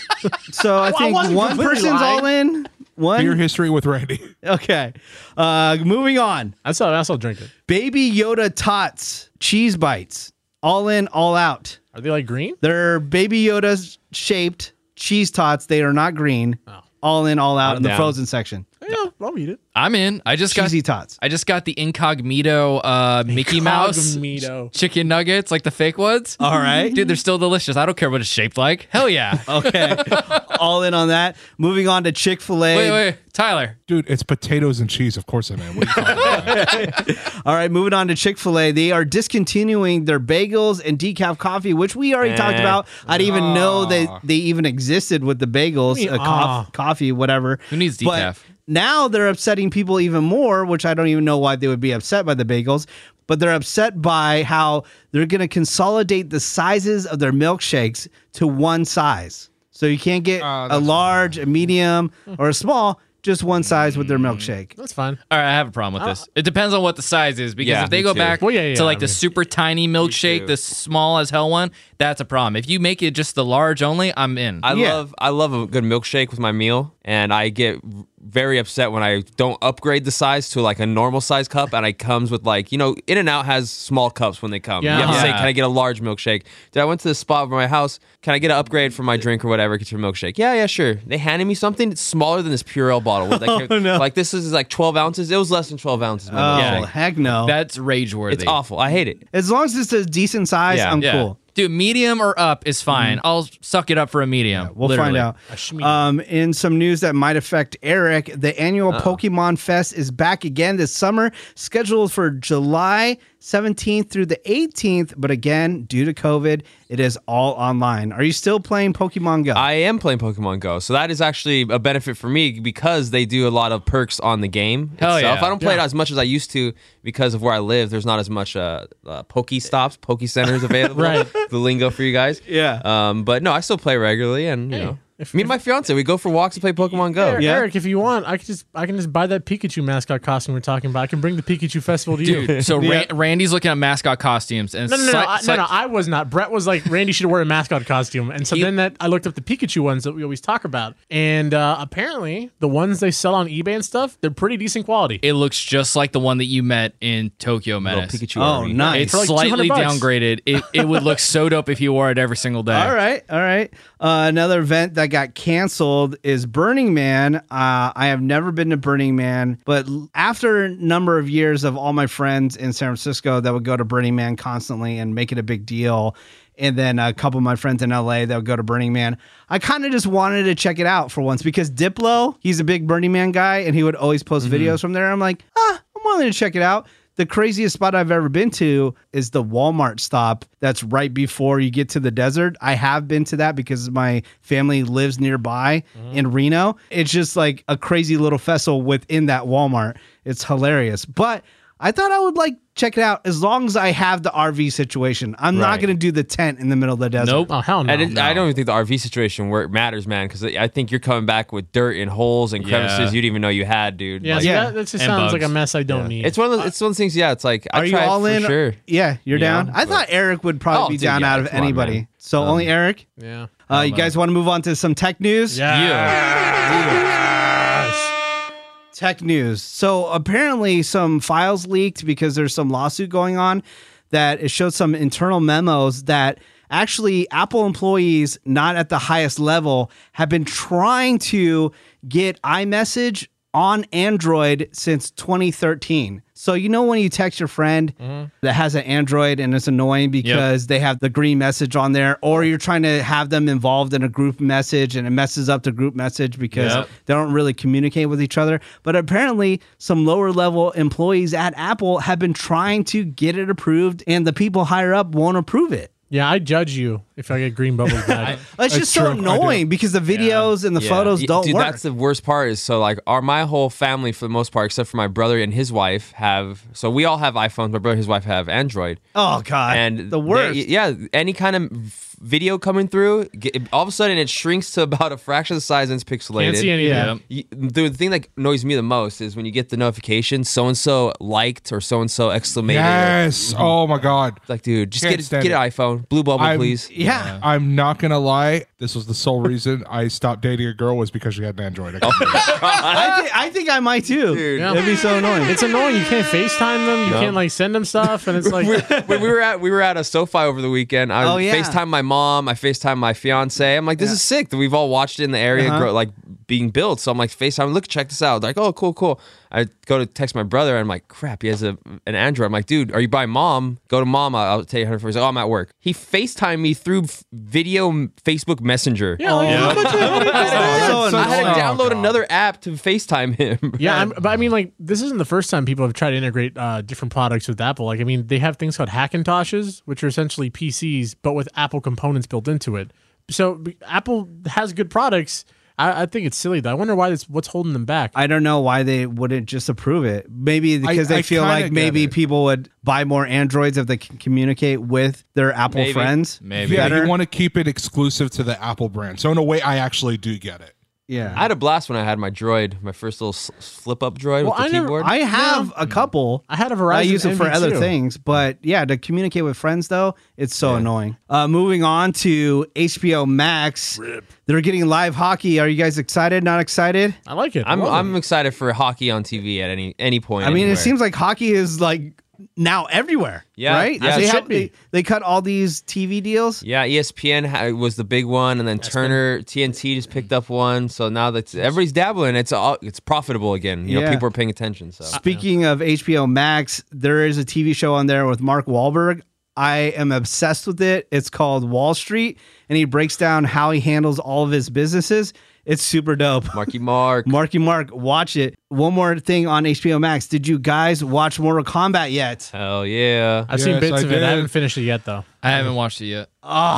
Speaker 2: So I think
Speaker 5: wasn't
Speaker 2: one
Speaker 5: completely
Speaker 2: person's
Speaker 5: lying.
Speaker 2: all in. One.
Speaker 4: Beer history with Randy.
Speaker 2: Okay. Uh, moving on.
Speaker 5: That's how. That's how I'll drink it.
Speaker 2: Baby Yoda tots cheese bites. All in, all out.
Speaker 5: Are they like green?
Speaker 2: They're Baby Yoda shaped cheese tots. They are not green.
Speaker 6: Oh.
Speaker 2: All in, all out in the
Speaker 3: down.
Speaker 2: frozen section.
Speaker 5: Yeah, I'll eat it.
Speaker 6: I'm in. I just got
Speaker 2: Cheesy tots.
Speaker 6: I just got the incognito uh, Mickey Mouse
Speaker 5: Incognito.
Speaker 6: ch- chicken nuggets, like the fake ones. All
Speaker 2: right.
Speaker 6: dude, they're still delicious. I don't care what it's shaped like. Hell yeah.
Speaker 2: Okay. all in on that. Moving on to Chick fil A.
Speaker 6: Wait, wait, Tyler.
Speaker 4: Dude, it's potatoes and cheese. Of course I am. What are you talking about?
Speaker 2: All right, moving on to Chick fil A. They are discontinuing their bagels and decaf coffee, which we
Speaker 6: Eh.
Speaker 2: already talked about. I didn't even
Speaker 6: Ah.
Speaker 2: know that they even existed with the bagels,
Speaker 5: mean,
Speaker 2: uh, coff-
Speaker 5: ah.
Speaker 2: coffee, whatever.
Speaker 6: Who needs
Speaker 2: But
Speaker 6: decaf?
Speaker 2: now they're upsetting people even more, which I don't even know why they would be upset by the bagels, but they're upset by how they're going to consolidate the sizes of their milkshakes to one size. So you can't get
Speaker 6: Ah,
Speaker 2: a large, a medium, or a small, just one size with their
Speaker 6: Mm.
Speaker 2: milkshake.
Speaker 5: That's fine.
Speaker 6: All right, I have a problem with this. It depends on what the size is because
Speaker 3: Yeah,
Speaker 6: if they
Speaker 3: me
Speaker 6: go
Speaker 3: too.
Speaker 6: back
Speaker 5: Well, Uh, yeah, yeah,
Speaker 6: to like
Speaker 5: I
Speaker 6: the
Speaker 5: mean-
Speaker 6: super tiny milkshake, the small as hell one, that's a problem. If you make it just the large only, I'm in.
Speaker 3: I
Speaker 2: Yeah.
Speaker 3: love I love a good milkshake with my meal, and I get very upset when I don't upgrade the size to like a normal size cup, and it comes with like you know In and Out has small cups when they come. You have to
Speaker 5: Yeah.
Speaker 3: say, can I get a large milkshake? Dude, I went to this spot by my house. Can I get an upgrade for my drink or whatever? Get your milkshake. Yeah, yeah, sure. They handed me something that's smaller than this Purell bottle. Like, like this is like 12 ounces. It was less than 12 ounces. my
Speaker 2: Oh,
Speaker 3: milkshake.
Speaker 2: heck no.
Speaker 6: That's rage worthy.
Speaker 3: It's awful. I hate it.
Speaker 2: As long as it's a decent size,
Speaker 3: Yeah.
Speaker 2: I'm
Speaker 6: Yeah.
Speaker 2: cool.
Speaker 6: Dude, medium or up is fine. I'll suck it up for a medium.
Speaker 2: We'll
Speaker 6: literally.
Speaker 2: find out. Um, in some news that might affect Eric, the annual Pokemon Fest is back again this summer, scheduled for July 17th through the 18th. But again, due to COVID, it is all online. Are you still playing Pokemon Go?
Speaker 3: I am playing Pokemon Go, so that is actually a benefit for me because they do a lot of perks on the game
Speaker 6: Hell
Speaker 3: itself.
Speaker 6: yeah.
Speaker 3: I don't play it as much as I used to because of where I live. There's not as much uh, uh, Poke stops, Poke centers available.
Speaker 5: Right.
Speaker 3: The lingo for you guys.
Speaker 2: Yeah.
Speaker 3: Um, but no, I still play regularly, and you know, me and my fiance, we go for walks and play Pokemon Go.
Speaker 5: Eric,
Speaker 2: Yeah.
Speaker 5: Eric, if you want, I can just I can just buy that Pikachu mascot costume we're talking about. I can bring the Pikachu festival to you.
Speaker 6: Dude, so Ran- Randy's looking at mascot costumes and
Speaker 5: No, no, no,
Speaker 6: si-
Speaker 5: no, I,
Speaker 6: si-
Speaker 5: no, no, I was not. Brett was like, Randy should wear a mascot costume, and so
Speaker 6: He-
Speaker 5: then that I looked up the Pikachu ones that we always talk about, and uh, apparently the ones they sell on eBay and stuff, they're pretty decent quality.
Speaker 6: It looks just like the one that you met in Tokyo
Speaker 3: Little
Speaker 6: Menace.
Speaker 3: Pikachu.
Speaker 2: oh,
Speaker 3: army.
Speaker 2: nice.
Speaker 6: It's
Speaker 5: For like 200
Speaker 6: slightly
Speaker 5: bucks.
Speaker 6: downgraded. It, it would look so dope if you wore it every single day.
Speaker 2: All right, all right. Uh, another event that got canceled is Burning Man. Uh, I have never been to Burning Man, but l- after a number of years of all my friends in San Francisco that would go to Burning Man constantly and make it a big deal, and then a couple of my friends in LA that would go to Burning Man, I kind of just wanted to check it out for once because Diplo, he's a big Burning Man guy, and he would always post videos from there. I'm like, ah, I'm willing to check it out. The craziest spot I've ever been to is the Walmart stop that's right before you get to the desert. I have been to that because my family lives nearby
Speaker 3: Mm-hmm.
Speaker 2: in Reno. It's just like a crazy little festival within that Walmart. It's hilarious. But I thought I would like check it out as long as I have the RV situation. I'm not
Speaker 6: Right.
Speaker 2: going to do the tent in the middle of the desert.
Speaker 6: Nope.
Speaker 5: oh hell no!
Speaker 3: I, didn't, I don't even think the RV situation where it matters, man, because I think you're coming back with dirt and holes and crevices
Speaker 6: Yeah.
Speaker 3: you didn't even know you had, dude.
Speaker 5: yeah,
Speaker 3: Like,
Speaker 5: see,
Speaker 2: Yeah.
Speaker 5: That, that just
Speaker 6: And
Speaker 5: sounds like a
Speaker 6: bugs.
Speaker 5: mess I don't need.
Speaker 3: It's one of those, it's one of those things. Yeah, it's like I
Speaker 2: Are you
Speaker 3: tried
Speaker 2: all
Speaker 3: for
Speaker 2: in?
Speaker 3: sure.
Speaker 2: Yeah, you're
Speaker 3: Yeah,
Speaker 2: down. I
Speaker 3: but-
Speaker 2: thought Eric would probably
Speaker 3: Oh,
Speaker 2: be
Speaker 3: dude,
Speaker 2: down
Speaker 3: yeah,
Speaker 2: out of
Speaker 3: come on,
Speaker 2: anybody.
Speaker 3: man. Um,
Speaker 2: so only Eric.
Speaker 5: yeah.
Speaker 2: Uh, you guys want to move on to some tech news? tech news. So apparently, some files leaked because there's some lawsuit going on that it showed some internal memos that actually Apple employees, not at the highest level, have been trying to get iMessage on Android since 2013. So you know when you text your friend
Speaker 3: Mm-hmm.
Speaker 2: that has an Android and it's annoying because they have the green message on there or you're trying to have them involved in a group message and it messes up the group message because
Speaker 6: Yep.
Speaker 2: they don't really communicate with each other. But apparently, some lower level employees at Apple have been trying to get it approved, and the people higher up won't approve it.
Speaker 5: Yeah, I judge you if I get green bubbles back.
Speaker 2: It's just so
Speaker 5: true. I do.
Speaker 2: annoying because the videos and the
Speaker 3: Yeah.
Speaker 2: photos
Speaker 3: Yeah,
Speaker 2: don't
Speaker 3: Dude,
Speaker 2: work.
Speaker 3: that's the worst part. Is so like, our my whole family for the most part, except for my brother and his wife, have. So we all have iPhones. My brother and his wife have Android.
Speaker 2: oh god,
Speaker 3: and
Speaker 2: the
Speaker 3: they-
Speaker 2: worst.
Speaker 3: yeah, any kind of video coming through, get, all of a sudden it shrinks to about a fraction of the size and it's pixelated.
Speaker 5: Can't see anything.
Speaker 6: Yeah.
Speaker 3: You- the thing that annoys me the most is when you get the notification so and so liked or so and so exclamated.
Speaker 4: Yes. Oh my God.
Speaker 3: Like, dude, just
Speaker 4: Can't
Speaker 3: get
Speaker 4: stand
Speaker 3: get an
Speaker 4: it.
Speaker 3: iPhone, blue bubble,
Speaker 4: I'm- e-
Speaker 3: please.
Speaker 2: yeah.
Speaker 4: I'm not gonna lie. This was the sole reason I stopped dating a girl was because she had an Android. I couldn't do it.
Speaker 2: I, thi- I think I might too.
Speaker 5: Yeah.
Speaker 2: That'd be so annoying.
Speaker 5: It's annoying. You can't FaceTime them. You can't like send them stuff, and it's like
Speaker 3: when we were at we were at a SoFi over the weekend, I
Speaker 2: Oh, yeah.
Speaker 3: FaceTime my mom, I FaceTime my fiance. I'm like, this is sick that we've all watched it in the area
Speaker 2: Uh-huh.
Speaker 3: grow, like being built. So I'm like, FaceTime, look, check this out. Like, oh, cool, cool. I go to text my brother, and I'm like, crap, he has a, an Android. I'm like, dude, are you by mom? Go to mom. I'll, I'll tell you 100 He's like, oh, I'm at work. He FaceTime me through f- video m- Facebook Messenger.
Speaker 5: yeah, like, how much- how much-
Speaker 2: so
Speaker 4: so
Speaker 3: I had
Speaker 2: annoying.
Speaker 3: to
Speaker 4: Oh,
Speaker 3: download
Speaker 4: God.
Speaker 3: another app to FaceTime him.
Speaker 5: Yeah, I'm, but I mean, like, this isn't the first time people have tried to integrate uh, different products with Apple. Like, I mean, they have things called Hackintoshes, which are essentially PCs, but with Apple components built into it. So b- Apple has good products. I, I think it's silly, though. I wonder why that's what's holding them back.
Speaker 2: I don't know why they wouldn't just approve it. Maybe because they
Speaker 4: I
Speaker 2: feel
Speaker 4: kinda
Speaker 2: like
Speaker 4: get
Speaker 2: maybe
Speaker 4: it.
Speaker 2: people would buy more Androids if they can communicate with their Apple
Speaker 3: Maybe.
Speaker 2: friends.
Speaker 6: Maybe.
Speaker 4: yeah,
Speaker 2: Better.
Speaker 4: you want to keep it exclusive to the Apple brand. So in a way, I actually do get it.
Speaker 2: Yeah.
Speaker 3: I had a blast when I had my droid, my first little flip up droid
Speaker 5: Well,
Speaker 3: with the
Speaker 5: I never-
Speaker 3: keyboard.
Speaker 2: I have a couple.
Speaker 5: I had a
Speaker 2: I
Speaker 5: Verizon.
Speaker 2: use it for
Speaker 5: NV2.
Speaker 2: other things, but yeah, to communicate with friends though, it's so annoying. Uh, moving on to HBO Max, they're getting live hockey. Are you guys excited? Not excited?
Speaker 5: I like it.
Speaker 3: I'm
Speaker 5: Love it.
Speaker 3: I'm excited for hockey on TV at any any point.
Speaker 2: I mean,
Speaker 3: anywhere.
Speaker 2: it seems like hockey is like now everywhere.
Speaker 3: Yeah,
Speaker 2: right.
Speaker 3: yeah,
Speaker 2: they,
Speaker 3: it
Speaker 2: have,
Speaker 5: should be.
Speaker 2: they they cut all these TV deals.
Speaker 3: yeah, E ESPN ha- was the big one, and then Turner TNT just
Speaker 5: Mm-hmm.
Speaker 3: picked up one. So now that's everybody's dabbling. It's all it's profitable again. You know,
Speaker 2: Yeah.
Speaker 3: people are paying attention. So
Speaker 2: Speaking of HBO Max, there is a TV show on there with Mark Wahlberg. I am obsessed with it. It's called Wall Street, and he breaks down how he handles all of his businesses. It's super dope.
Speaker 3: Marky Mark.
Speaker 2: Marky Mark, watch it. One more thing on HBO Max. Did you guys watch Mortal Kombat yet?
Speaker 3: Hell yeah.
Speaker 5: I've seen
Speaker 4: Yes,
Speaker 5: bits
Speaker 4: I
Speaker 5: of it. I
Speaker 4: did.
Speaker 5: haven't finished it yet, though.
Speaker 6: I haven't watched it yet.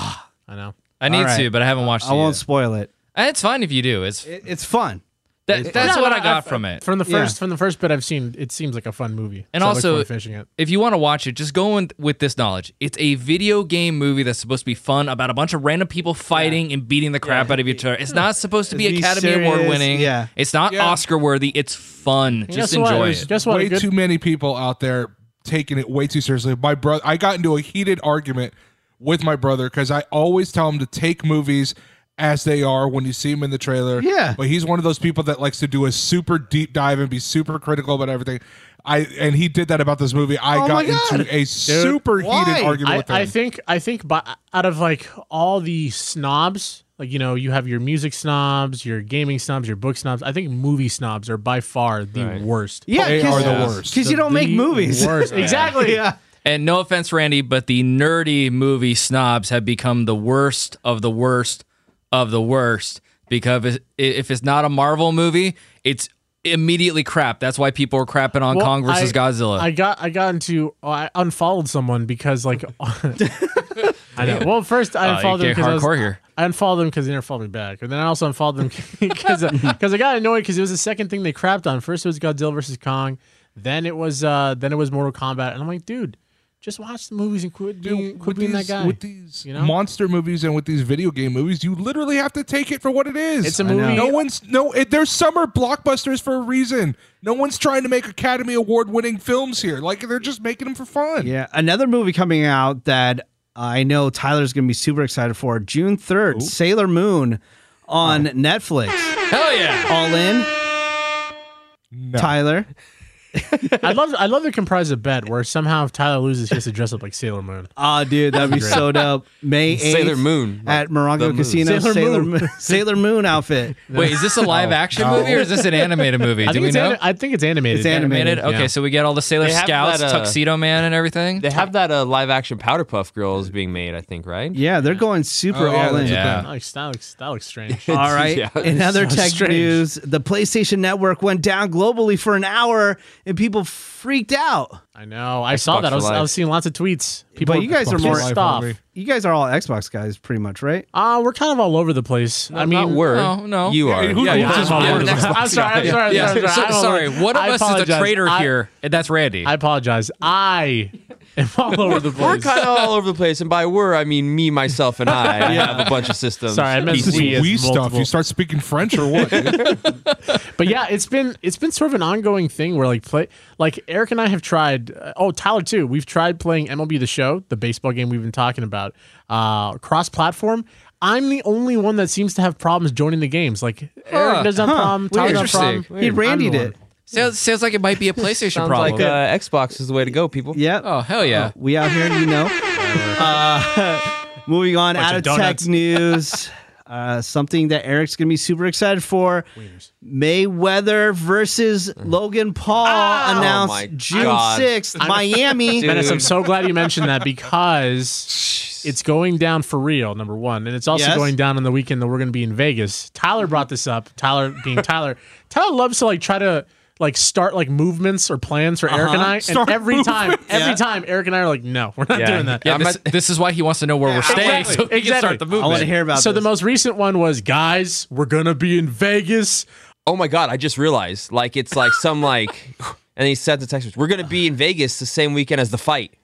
Speaker 5: I know.
Speaker 6: I need
Speaker 2: right.
Speaker 6: to, but I haven't watched it.
Speaker 2: I won't
Speaker 6: Yet.
Speaker 2: spoil it.
Speaker 6: Eh, It's fine if you do. It's
Speaker 2: it it's fun.
Speaker 6: that, that's
Speaker 5: No,
Speaker 6: what
Speaker 5: no,
Speaker 6: I got
Speaker 5: I've-
Speaker 6: from it.
Speaker 5: From the
Speaker 2: Yeah.
Speaker 5: first, from the first bit I've seen, it seems like a fun movie.
Speaker 6: And
Speaker 5: So I look
Speaker 6: also-
Speaker 5: forward to finishing it.
Speaker 6: if you want to watch it, just go in with this knowledge. It's a video game movie that's supposed to be fun about a bunch of random people fighting and beating the crap out of each other. It's not supposed to be,
Speaker 2: Be
Speaker 6: Academy
Speaker 2: Hmm. serious,
Speaker 6: Award winning.
Speaker 2: yeah.
Speaker 6: It's not
Speaker 4: Yeah.
Speaker 6: Oscar worthy. It's fun. just
Speaker 5: guess
Speaker 6: enjoy
Speaker 5: what?
Speaker 6: it.
Speaker 5: Guess what? A
Speaker 4: way
Speaker 5: good-
Speaker 4: too many people out there taking it way too seriously. My brother, I got into a heated argument with my brother because I always tell him to take movies as they are when you see him in the trailer.
Speaker 2: Yeah.
Speaker 4: but he's one of those people that likes to do a super deep dive and be super critical about everything. I and he did that about this movie. I
Speaker 2: Oh my
Speaker 4: got
Speaker 2: God.
Speaker 4: into a super
Speaker 2: why?
Speaker 4: heated argument
Speaker 5: I,
Speaker 4: with him.
Speaker 5: I think I think by, out of like all the snobs, like you know, you have your music snobs, your gaming snobs, your book snobs. I think movie snobs are by far the worst.
Speaker 2: Yeah,
Speaker 4: They are the
Speaker 2: yeah.
Speaker 4: worst.
Speaker 2: Because you don't
Speaker 5: The
Speaker 2: make movies.
Speaker 5: worst. Exactly.
Speaker 2: yeah.
Speaker 6: And no offense, Randy, but the nerdy movie snobs have become the worst of the worst of the worst because if- if it's not a Marvel movie, it's immediately crap. That's why people are crapping on
Speaker 5: Well,
Speaker 6: Kong versus
Speaker 5: I-
Speaker 6: Godzilla.
Speaker 5: I got I got into oh, I unfollowed someone because like I know. Well, first I unfollowed them
Speaker 6: Oh, get
Speaker 5: because I was-
Speaker 6: hardcore here.
Speaker 5: I unfollowed them because they never followed me back, and then I also unfollowed them because because I got annoyed because it was the second thing they crapped on. First it was Godzilla versus Kong, then it was uh then it was Mortal Kombat, and I'm like, dude, just watch the movies and quit being,
Speaker 4: Dude, with
Speaker 5: quit being
Speaker 4: these,
Speaker 5: that guy.
Speaker 4: with these
Speaker 5: you know?
Speaker 4: monster movies and with these video game movies, you literally have to take it for what it is.
Speaker 5: It's a I know. movie-
Speaker 4: No one's no. It, they're summer blockbusters for a reason. No one's trying to make Academy Award winning films here. Like they're just making them for fun.
Speaker 2: Yeah. Another movie coming out that I know Tyler's going to be super excited for June 3rd, Sailor Moon on Netflix.
Speaker 6: Hell yeah!
Speaker 2: All in,
Speaker 4: No.
Speaker 2: Tyler.
Speaker 5: I love I love the comprise a bet where somehow if Tyler loses, he has to dress up like Sailor Moon.
Speaker 2: Ah, dude, that'd be so dope. May 8th
Speaker 3: Sailor Moon, like
Speaker 2: at Morongo
Speaker 3: the moon.
Speaker 2: Casino.
Speaker 5: Sailor
Speaker 2: Sailor
Speaker 5: Moon.
Speaker 2: Moon, Sailor Moon outfit.
Speaker 6: Wait, is this a live action movie or is this an animated movie?
Speaker 5: I
Speaker 6: Do
Speaker 5: think,
Speaker 6: we
Speaker 5: it's
Speaker 6: know?
Speaker 5: ani- I think it's animated.
Speaker 2: It's animated.
Speaker 6: Okay,
Speaker 5: yeah.
Speaker 6: so we get all the Sailor
Speaker 3: They have
Speaker 6: Scouts,
Speaker 3: that, uh,
Speaker 6: Tuxedo Man, and everything.
Speaker 3: They have that uh, live action Powderpuff Girls being made, I think, right?
Speaker 2: Yeah, they're going super
Speaker 4: Oh, yeah,
Speaker 2: all in.
Speaker 4: that's a
Speaker 6: Yeah.
Speaker 5: That looks, that looks that looks strange.
Speaker 2: All right.
Speaker 3: Yeah,
Speaker 2: In other tech
Speaker 5: strange.
Speaker 2: news, the PlayStation Network went down globally for an hour, and people freaked out.
Speaker 5: I know. I saw that. I
Speaker 3: for
Speaker 5: was, I
Speaker 3: life.
Speaker 5: was seeing lots of tweets. People,
Speaker 2: But you guys are more
Speaker 5: pissed
Speaker 4: life,
Speaker 5: off.
Speaker 4: aren't
Speaker 2: You guys are all Xbox guys, pretty much, right?
Speaker 5: Uh, we're kind of all over the place. I mean,
Speaker 3: Not word.
Speaker 6: no, no.
Speaker 3: You are.
Speaker 4: who- who
Speaker 5: I'm
Speaker 4: just-
Speaker 5: all
Speaker 3: yeah,
Speaker 5: over the place.
Speaker 3: next
Speaker 5: I'm sorry. I'm sorry.
Speaker 6: Yeah,
Speaker 5: I'm sorry.
Speaker 6: so-
Speaker 5: I don't know.
Speaker 6: sorry. One of
Speaker 5: I
Speaker 6: us is a
Speaker 5: apologize.
Speaker 6: traitor
Speaker 5: I-
Speaker 6: here. and That's Randy.
Speaker 5: I apologize. I am all over the
Speaker 3: We're
Speaker 5: place.
Speaker 3: kind of all over the place, and by "we're" I mean me, myself, and I. I have a bunch of systems.
Speaker 5: Sorry, I meant
Speaker 4: This is
Speaker 5: we. as
Speaker 4: we stuff.
Speaker 5: multiple-
Speaker 4: You start speaking French or what? dude?
Speaker 5: But yeah, it's been it's been sort of an ongoing thing where like play like Eric and I have tried. Uh, oh, Tyler too. We've tried playing MLB the Show, the baseball game we've been talking about, uh, cross platform. I'm the only one that seems to have problems joining the games. Like Eric doesn't have problem. Tyler doesn't have
Speaker 6: Interesting.
Speaker 5: problem.
Speaker 2: He randied
Speaker 5: I'm the
Speaker 2: it.
Speaker 6: sounds, sounds like it might be a PlayStation
Speaker 3: Sounds
Speaker 6: problem.
Speaker 3: like uh, Xbox is the way to go, people.
Speaker 2: Yep.
Speaker 6: oh hell yeah!
Speaker 2: We out here, you know. Uh, moving on, out
Speaker 5: of
Speaker 2: of tech
Speaker 5: donuts.
Speaker 2: news. Uh, something that Eric's gonna be super excited for: Mayweather versus Logan Paul announced
Speaker 3: Ah! Oh my
Speaker 2: June
Speaker 3: God.
Speaker 2: sixth, Miami.
Speaker 3: Dude.
Speaker 5: Menace, I'm so glad you mentioned that because it's going down for real, number one. And it's also
Speaker 2: Yes.
Speaker 5: going down on the weekend that we're going to be in Vegas. Tyler brought this up. Tyler being Tyler. Tyler loves to like try to like start like movements or plans for Eric and I. And
Speaker 4: Start
Speaker 5: every time, every
Speaker 2: Uh-huh. Yeah.
Speaker 5: time Eric and I are like, no, we're not doing that.
Speaker 6: Yeah,
Speaker 3: I'm
Speaker 6: this,
Speaker 3: at-
Speaker 6: this is why he wants to know where we're staying,
Speaker 5: Exactly.
Speaker 6: so he can
Speaker 5: Exactly.
Speaker 6: start the
Speaker 5: I
Speaker 2: I
Speaker 6: movement.
Speaker 2: want to hear about.
Speaker 5: So
Speaker 2: this.
Speaker 5: the most recent one was, guys, we're gonna be in Vegas.
Speaker 3: Oh my god, I just realized. Like it's like some like, and he sent the text. message, We're gonna be in Vegas the same weekend as the fight.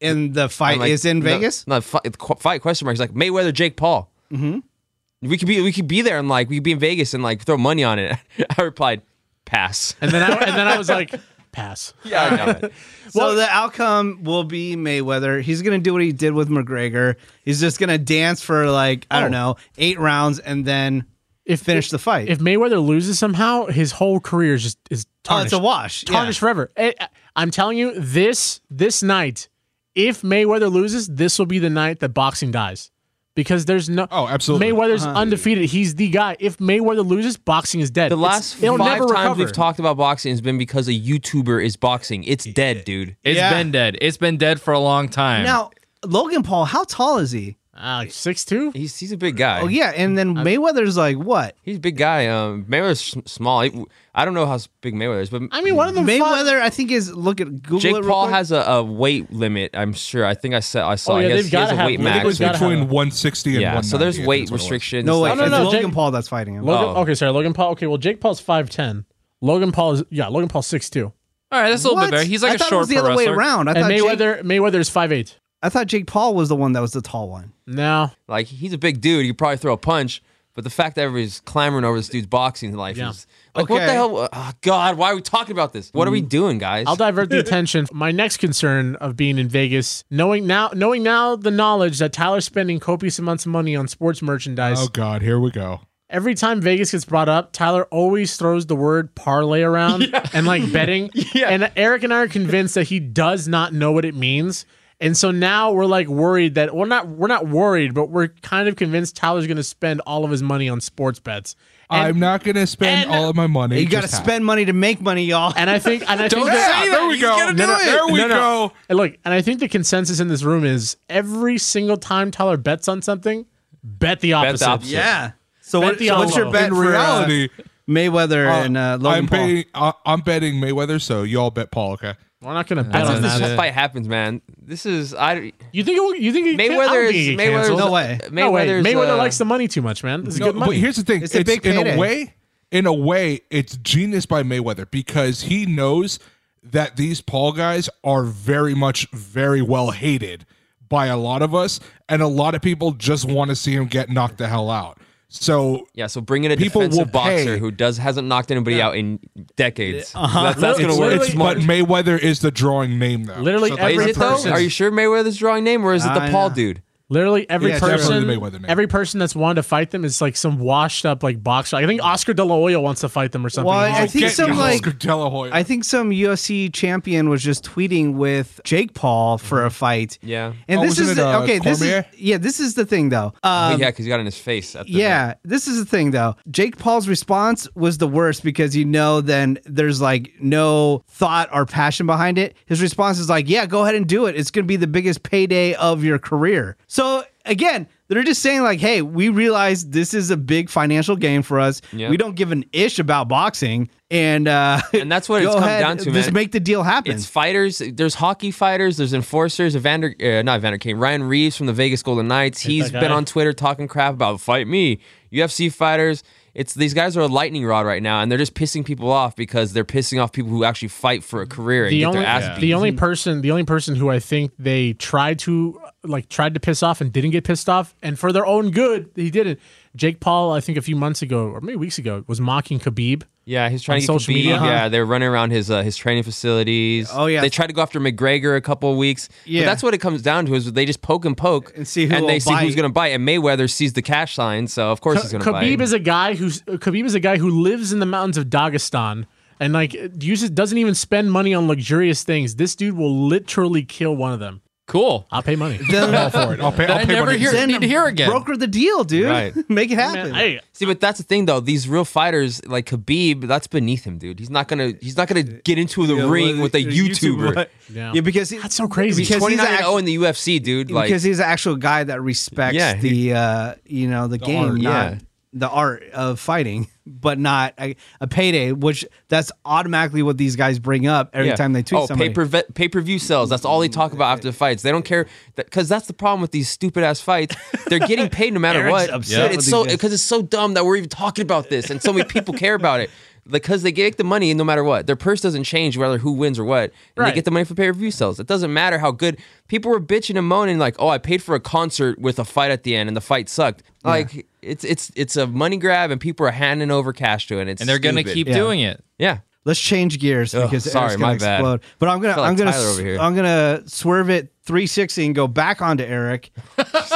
Speaker 2: in the fight
Speaker 3: I'm like,
Speaker 2: is in
Speaker 3: no-
Speaker 2: Vegas.
Speaker 3: No, fight, qu- fight question mark. He's like Mayweather, Jake Paul. Mm-hmm. We could be we could be there and like we could be in Vegas and like throw money on it. I replied, pass.
Speaker 5: And then I and then I was like, pass.
Speaker 3: Yeah, I got it.
Speaker 2: so the outcome will be Mayweather. He's gonna do what he did with McGregor. He's just gonna dance for like I don't know eight rounds and then
Speaker 5: If
Speaker 2: finish the fight.
Speaker 5: Oh. if Mayweather loses somehow, his whole career is just is
Speaker 2: oh, it's
Speaker 5: tarnished.
Speaker 2: a wash. Yeah.
Speaker 5: tarnished forever. I, am telling you, this this night, if Mayweather loses, this will be the night that boxing dies, because there's no.
Speaker 4: Oh, absolutely.
Speaker 5: Mayweather's undefeated. He's the guy. If Mayweather loses, boxing is dead.
Speaker 3: Uh-huh. The
Speaker 5: It's-
Speaker 3: last
Speaker 5: it'll
Speaker 3: five
Speaker 5: never
Speaker 3: times
Speaker 5: recover.
Speaker 3: we've talked about boxing has been because a YouTuber is boxing. It's dead, dude.
Speaker 6: It's
Speaker 2: Yeah.
Speaker 6: been dead. It's been dead for a long time.
Speaker 2: Now, Logan Paul, how tall is he?
Speaker 5: Ah, six two.
Speaker 3: He's he's a big guy.
Speaker 2: Oh yeah, and then Mayweather's like what?
Speaker 3: He's a big guy. Um, Mayweather's s- small. He- I don't know how s- big Mayweather is, but
Speaker 5: I mean, one of them. fought-
Speaker 2: Mayweather, I think is look at Google it
Speaker 3: Jake
Speaker 2: real
Speaker 3: Paul
Speaker 2: quick.
Speaker 3: has a, a weight limit. I'm sure. I think I saw. I saw.
Speaker 5: Oh, yeah,
Speaker 3: he has,
Speaker 5: they've
Speaker 3: he has
Speaker 5: gotta
Speaker 3: a
Speaker 5: have-
Speaker 3: weight
Speaker 5: I think
Speaker 4: It was
Speaker 3: max.
Speaker 5: gotta have-
Speaker 4: between 160 and
Speaker 3: yeah.
Speaker 4: 190,
Speaker 3: So
Speaker 4: I
Speaker 3: there's
Speaker 4: think
Speaker 3: weight
Speaker 4: is what it was.
Speaker 3: restrictions.
Speaker 2: No, wait,
Speaker 3: like
Speaker 5: no,
Speaker 2: it's
Speaker 5: no,
Speaker 2: Logan
Speaker 5: Jake-
Speaker 2: Paul that's fighting him.
Speaker 5: Logan,
Speaker 3: Oh.
Speaker 5: Okay, sorry, Logan Paul. Okay, well, Jake Paul's five ten. Logan Paul is yeah. Logan Paul's six two.
Speaker 6: All right, that's a little
Speaker 2: What?
Speaker 6: bit better. He's like
Speaker 2: I
Speaker 6: a
Speaker 2: thought
Speaker 6: short
Speaker 2: it was the other
Speaker 6: pro
Speaker 2: way
Speaker 6: wrestler.
Speaker 2: around. I
Speaker 5: and
Speaker 2: thought Jake,
Speaker 5: Mayweather Mayweather is five eight.
Speaker 2: I thought Jake Paul was the one that was the tall one.
Speaker 5: No,
Speaker 3: Like he's a big dude. You probably throw a punch. But the fact that everybody's clamoring over this dude's boxing life
Speaker 5: Yeah.
Speaker 3: is like, what the
Speaker 2: Okay.
Speaker 3: hell? Oh, God, why are we talking about this? What are we doing, guys?
Speaker 5: Mm. I'll divert the attention. My next concern of being in Vegas, knowing now, knowing now the knowledge that Tyler's spending copious amounts of money on sports merchandise.
Speaker 4: Oh God, here we go.
Speaker 5: Every time Vegas gets brought up, Tyler always throws the word parlay around and like betting. And Eric and I are convinced that he does not know what it means. And so now we're like worried that we're not we're not worried, but we're kind of convinced Tyler's going to spend all of his money on sports bets. And,
Speaker 4: I'm not going to spend
Speaker 5: and-
Speaker 4: all of my money.
Speaker 2: You got to
Speaker 4: Just half.
Speaker 2: spend money to make money, y'all.
Speaker 5: and I think and I think
Speaker 4: Yeah,
Speaker 5: that-
Speaker 4: there we go.
Speaker 5: No, no,
Speaker 4: There we
Speaker 5: no, no.
Speaker 4: go.
Speaker 5: And look, and I think the consensus in this room is every single time Tyler bets on something, bet the opposite.
Speaker 3: opposite.
Speaker 2: yeah. So
Speaker 5: Bet
Speaker 2: what,
Speaker 5: the
Speaker 2: so what's your
Speaker 5: envelope.
Speaker 2: bet
Speaker 4: In
Speaker 2: for uh,
Speaker 4: reality,
Speaker 2: Mayweather and uh, Logan
Speaker 4: I'm
Speaker 2: Paul?
Speaker 4: betting. I- I'm betting Mayweather. So y'all bet Paul. Okay.
Speaker 5: We're not going to bet
Speaker 3: That's
Speaker 5: on
Speaker 3: if this
Speaker 5: that.
Speaker 3: fight happens, man. This is I.
Speaker 5: You think it will, you think it can- I don't
Speaker 3: Mayweather
Speaker 5: think
Speaker 3: is
Speaker 5: it
Speaker 3: Mayweather's
Speaker 5: cancels.
Speaker 2: No way.
Speaker 3: Mayweather's,
Speaker 5: No way. Mayweather
Speaker 3: uh,
Speaker 5: likes the money too much, man. This is
Speaker 4: No,
Speaker 5: good money.
Speaker 4: but here's the thing.
Speaker 2: It's a big
Speaker 4: in
Speaker 2: payday.
Speaker 4: a way, in a way, it's genius by Mayweather because he knows that these Paul guys are very much, very well hated by a lot of us, and a lot of people just want to see him get knocked the hell out. So
Speaker 3: Yeah, so bring in a
Speaker 4: People will
Speaker 3: defensive boxer
Speaker 4: pay.
Speaker 3: who does hasn't knocked anybody out in decades. That's, that's
Speaker 5: Uh-huh. It's
Speaker 3: gonna work.
Speaker 5: literally-
Speaker 4: it's but Mayweather is the drawing name though.
Speaker 5: Literally
Speaker 4: so that's
Speaker 3: But is
Speaker 5: every
Speaker 3: it though?
Speaker 5: person.
Speaker 3: Are you sure Mayweather's drawing name, or is it the
Speaker 2: I
Speaker 3: Paul
Speaker 2: know.
Speaker 3: dude?
Speaker 5: Literally every
Speaker 4: Yeah, it's
Speaker 5: person.
Speaker 4: definitely Mayweather, man.
Speaker 5: Every person that's wanted to fight them is like some washed up like boxer. I think Oscar De La Hoya wants to fight them or something.
Speaker 2: Well,
Speaker 5: He's
Speaker 2: I
Speaker 5: like,
Speaker 2: think
Speaker 4: Get
Speaker 2: some
Speaker 4: your
Speaker 2: like
Speaker 4: Oscar De La Hoya.
Speaker 2: I think some UFC champion was just tweeting with Jake Paul for a fight.
Speaker 3: Yeah.
Speaker 2: and
Speaker 4: Oh,
Speaker 2: this
Speaker 4: wasn't
Speaker 2: is
Speaker 4: it,
Speaker 2: the,
Speaker 4: uh,
Speaker 2: okay. This is
Speaker 4: Cormier?
Speaker 2: yeah. This is the thing though. Um,
Speaker 3: Oh, yeah, because he got it in his face. At the
Speaker 2: Yeah, this is the thing though. Jake Paul's response was the worst because you know then there's like no thought or passion behind it. His response is like, "Yeah, go ahead and do it. It's going to be the biggest payday of your career." So again, they're just saying like, "Hey, we realize this is a big financial game for us.
Speaker 3: Yeah.
Speaker 2: We don't give an ish about boxing." And uh
Speaker 3: And that's what
Speaker 2: go
Speaker 3: it's come
Speaker 2: ahead,
Speaker 3: down to,
Speaker 2: Just
Speaker 3: man.
Speaker 2: make the deal happen.
Speaker 3: It's fighters. There's hockey fighters. There's enforcers. Evander, uh, not Evander Kane. Ryan Reeves from the Vegas Golden Knights. He's
Speaker 5: that
Speaker 3: been
Speaker 5: guy.
Speaker 3: on Twitter talking crap about fight me. UFC fighters. It's these guys are a lightning rod right now, and they're just pissing people off because they're pissing off people who actually fight for a career and
Speaker 5: the
Speaker 3: get
Speaker 5: only
Speaker 3: their ass beat.
Speaker 5: the only person the only person who I think they tried to like tried to piss off and didn't get pissed off and for their own good he didn't. Jake Paul I think a few months ago or maybe weeks ago was mocking Khabib.
Speaker 3: Yeah, he's trying
Speaker 5: on
Speaker 3: to get
Speaker 5: social
Speaker 3: Khabib.
Speaker 5: media. Uh-huh.
Speaker 3: Yeah, they're running around his uh, his training facilities.
Speaker 2: Oh, yeah.
Speaker 3: they tried to go after McGregor a couple of weeks.
Speaker 2: Yeah.
Speaker 3: but that's what it comes down to is they just poke and poke
Speaker 2: And see who
Speaker 3: and
Speaker 2: will
Speaker 3: they see who's
Speaker 2: bite.
Speaker 3: going to bite. And Mayweather sees the cash line, so of course he's going to bite.
Speaker 5: Khabib is a guy who's Khabib is a guy who lives in the mountains of Dagestan and like uses doesn't even spend money on luxurious things. This dude will literally kill one of them.
Speaker 6: Cool.
Speaker 5: I'll pay money.
Speaker 2: Then-
Speaker 4: for it. I'll pay.
Speaker 6: That
Speaker 4: I'll
Speaker 6: I
Speaker 4: pay
Speaker 6: never
Speaker 4: money.
Speaker 6: hear.
Speaker 2: then
Speaker 6: Need to hear again.
Speaker 2: Broker the deal, dude.
Speaker 3: Right.
Speaker 2: make it happen.
Speaker 5: hey,
Speaker 3: See, but that's the thing though. These real fighters like Khabib, that's beneath him, dude. He's not gonna he's not gonna get into the
Speaker 2: Yeah,
Speaker 3: ring
Speaker 2: well,
Speaker 3: with a
Speaker 2: you're
Speaker 3: YouTuber.
Speaker 5: Yeah.
Speaker 2: Yeah. because
Speaker 5: that's so crazy.
Speaker 2: Because-
Speaker 3: He's
Speaker 2: he's
Speaker 3: 29 and
Speaker 2: act-
Speaker 3: 0 in the UFC, dude. Like
Speaker 2: because he's an actual guy that respects
Speaker 3: Yeah, he-
Speaker 2: the uh, you know the, game,
Speaker 4: art,
Speaker 2: not
Speaker 3: yeah.
Speaker 2: the art of fighting, but not a, a payday, which that's automatically what these guys bring up every
Speaker 3: Yeah.
Speaker 2: time they tweet
Speaker 3: oh,
Speaker 2: somebody.
Speaker 3: pay per pay per view sales. That's all they talk about after the fights. They don't care because that's the problem with these stupid ass fights. They're getting paid no matter
Speaker 2: Eric's
Speaker 3: what.
Speaker 2: upset
Speaker 3: Dude,
Speaker 2: with
Speaker 3: It's
Speaker 2: these
Speaker 3: so
Speaker 2: guys.
Speaker 3: because it's so dumb that we're even talking about this, and so many people care about it because they get the money no matter what. Their purse doesn't change whether who wins or what, and
Speaker 5: Right.
Speaker 3: they get the money for pay per view sales. It doesn't matter how good people were bitching and moaning like, "Oh, I paid for a concert with a fight at the end, and the fight sucked." Like it's it's it's a money grab, and people are handing over cash to it. It's
Speaker 6: and they're gonna
Speaker 3: stupid.
Speaker 6: keep doing it.
Speaker 3: yeah.
Speaker 2: Let's change gears
Speaker 3: Ugh,
Speaker 2: because
Speaker 3: sorry,
Speaker 2: Eric's gonna
Speaker 3: my bad.
Speaker 2: explode. But I'm gonna
Speaker 3: Felt like
Speaker 2: I'm gonna
Speaker 3: Tyler over here.
Speaker 2: I'm gonna swerve it 360 and go back onto Eric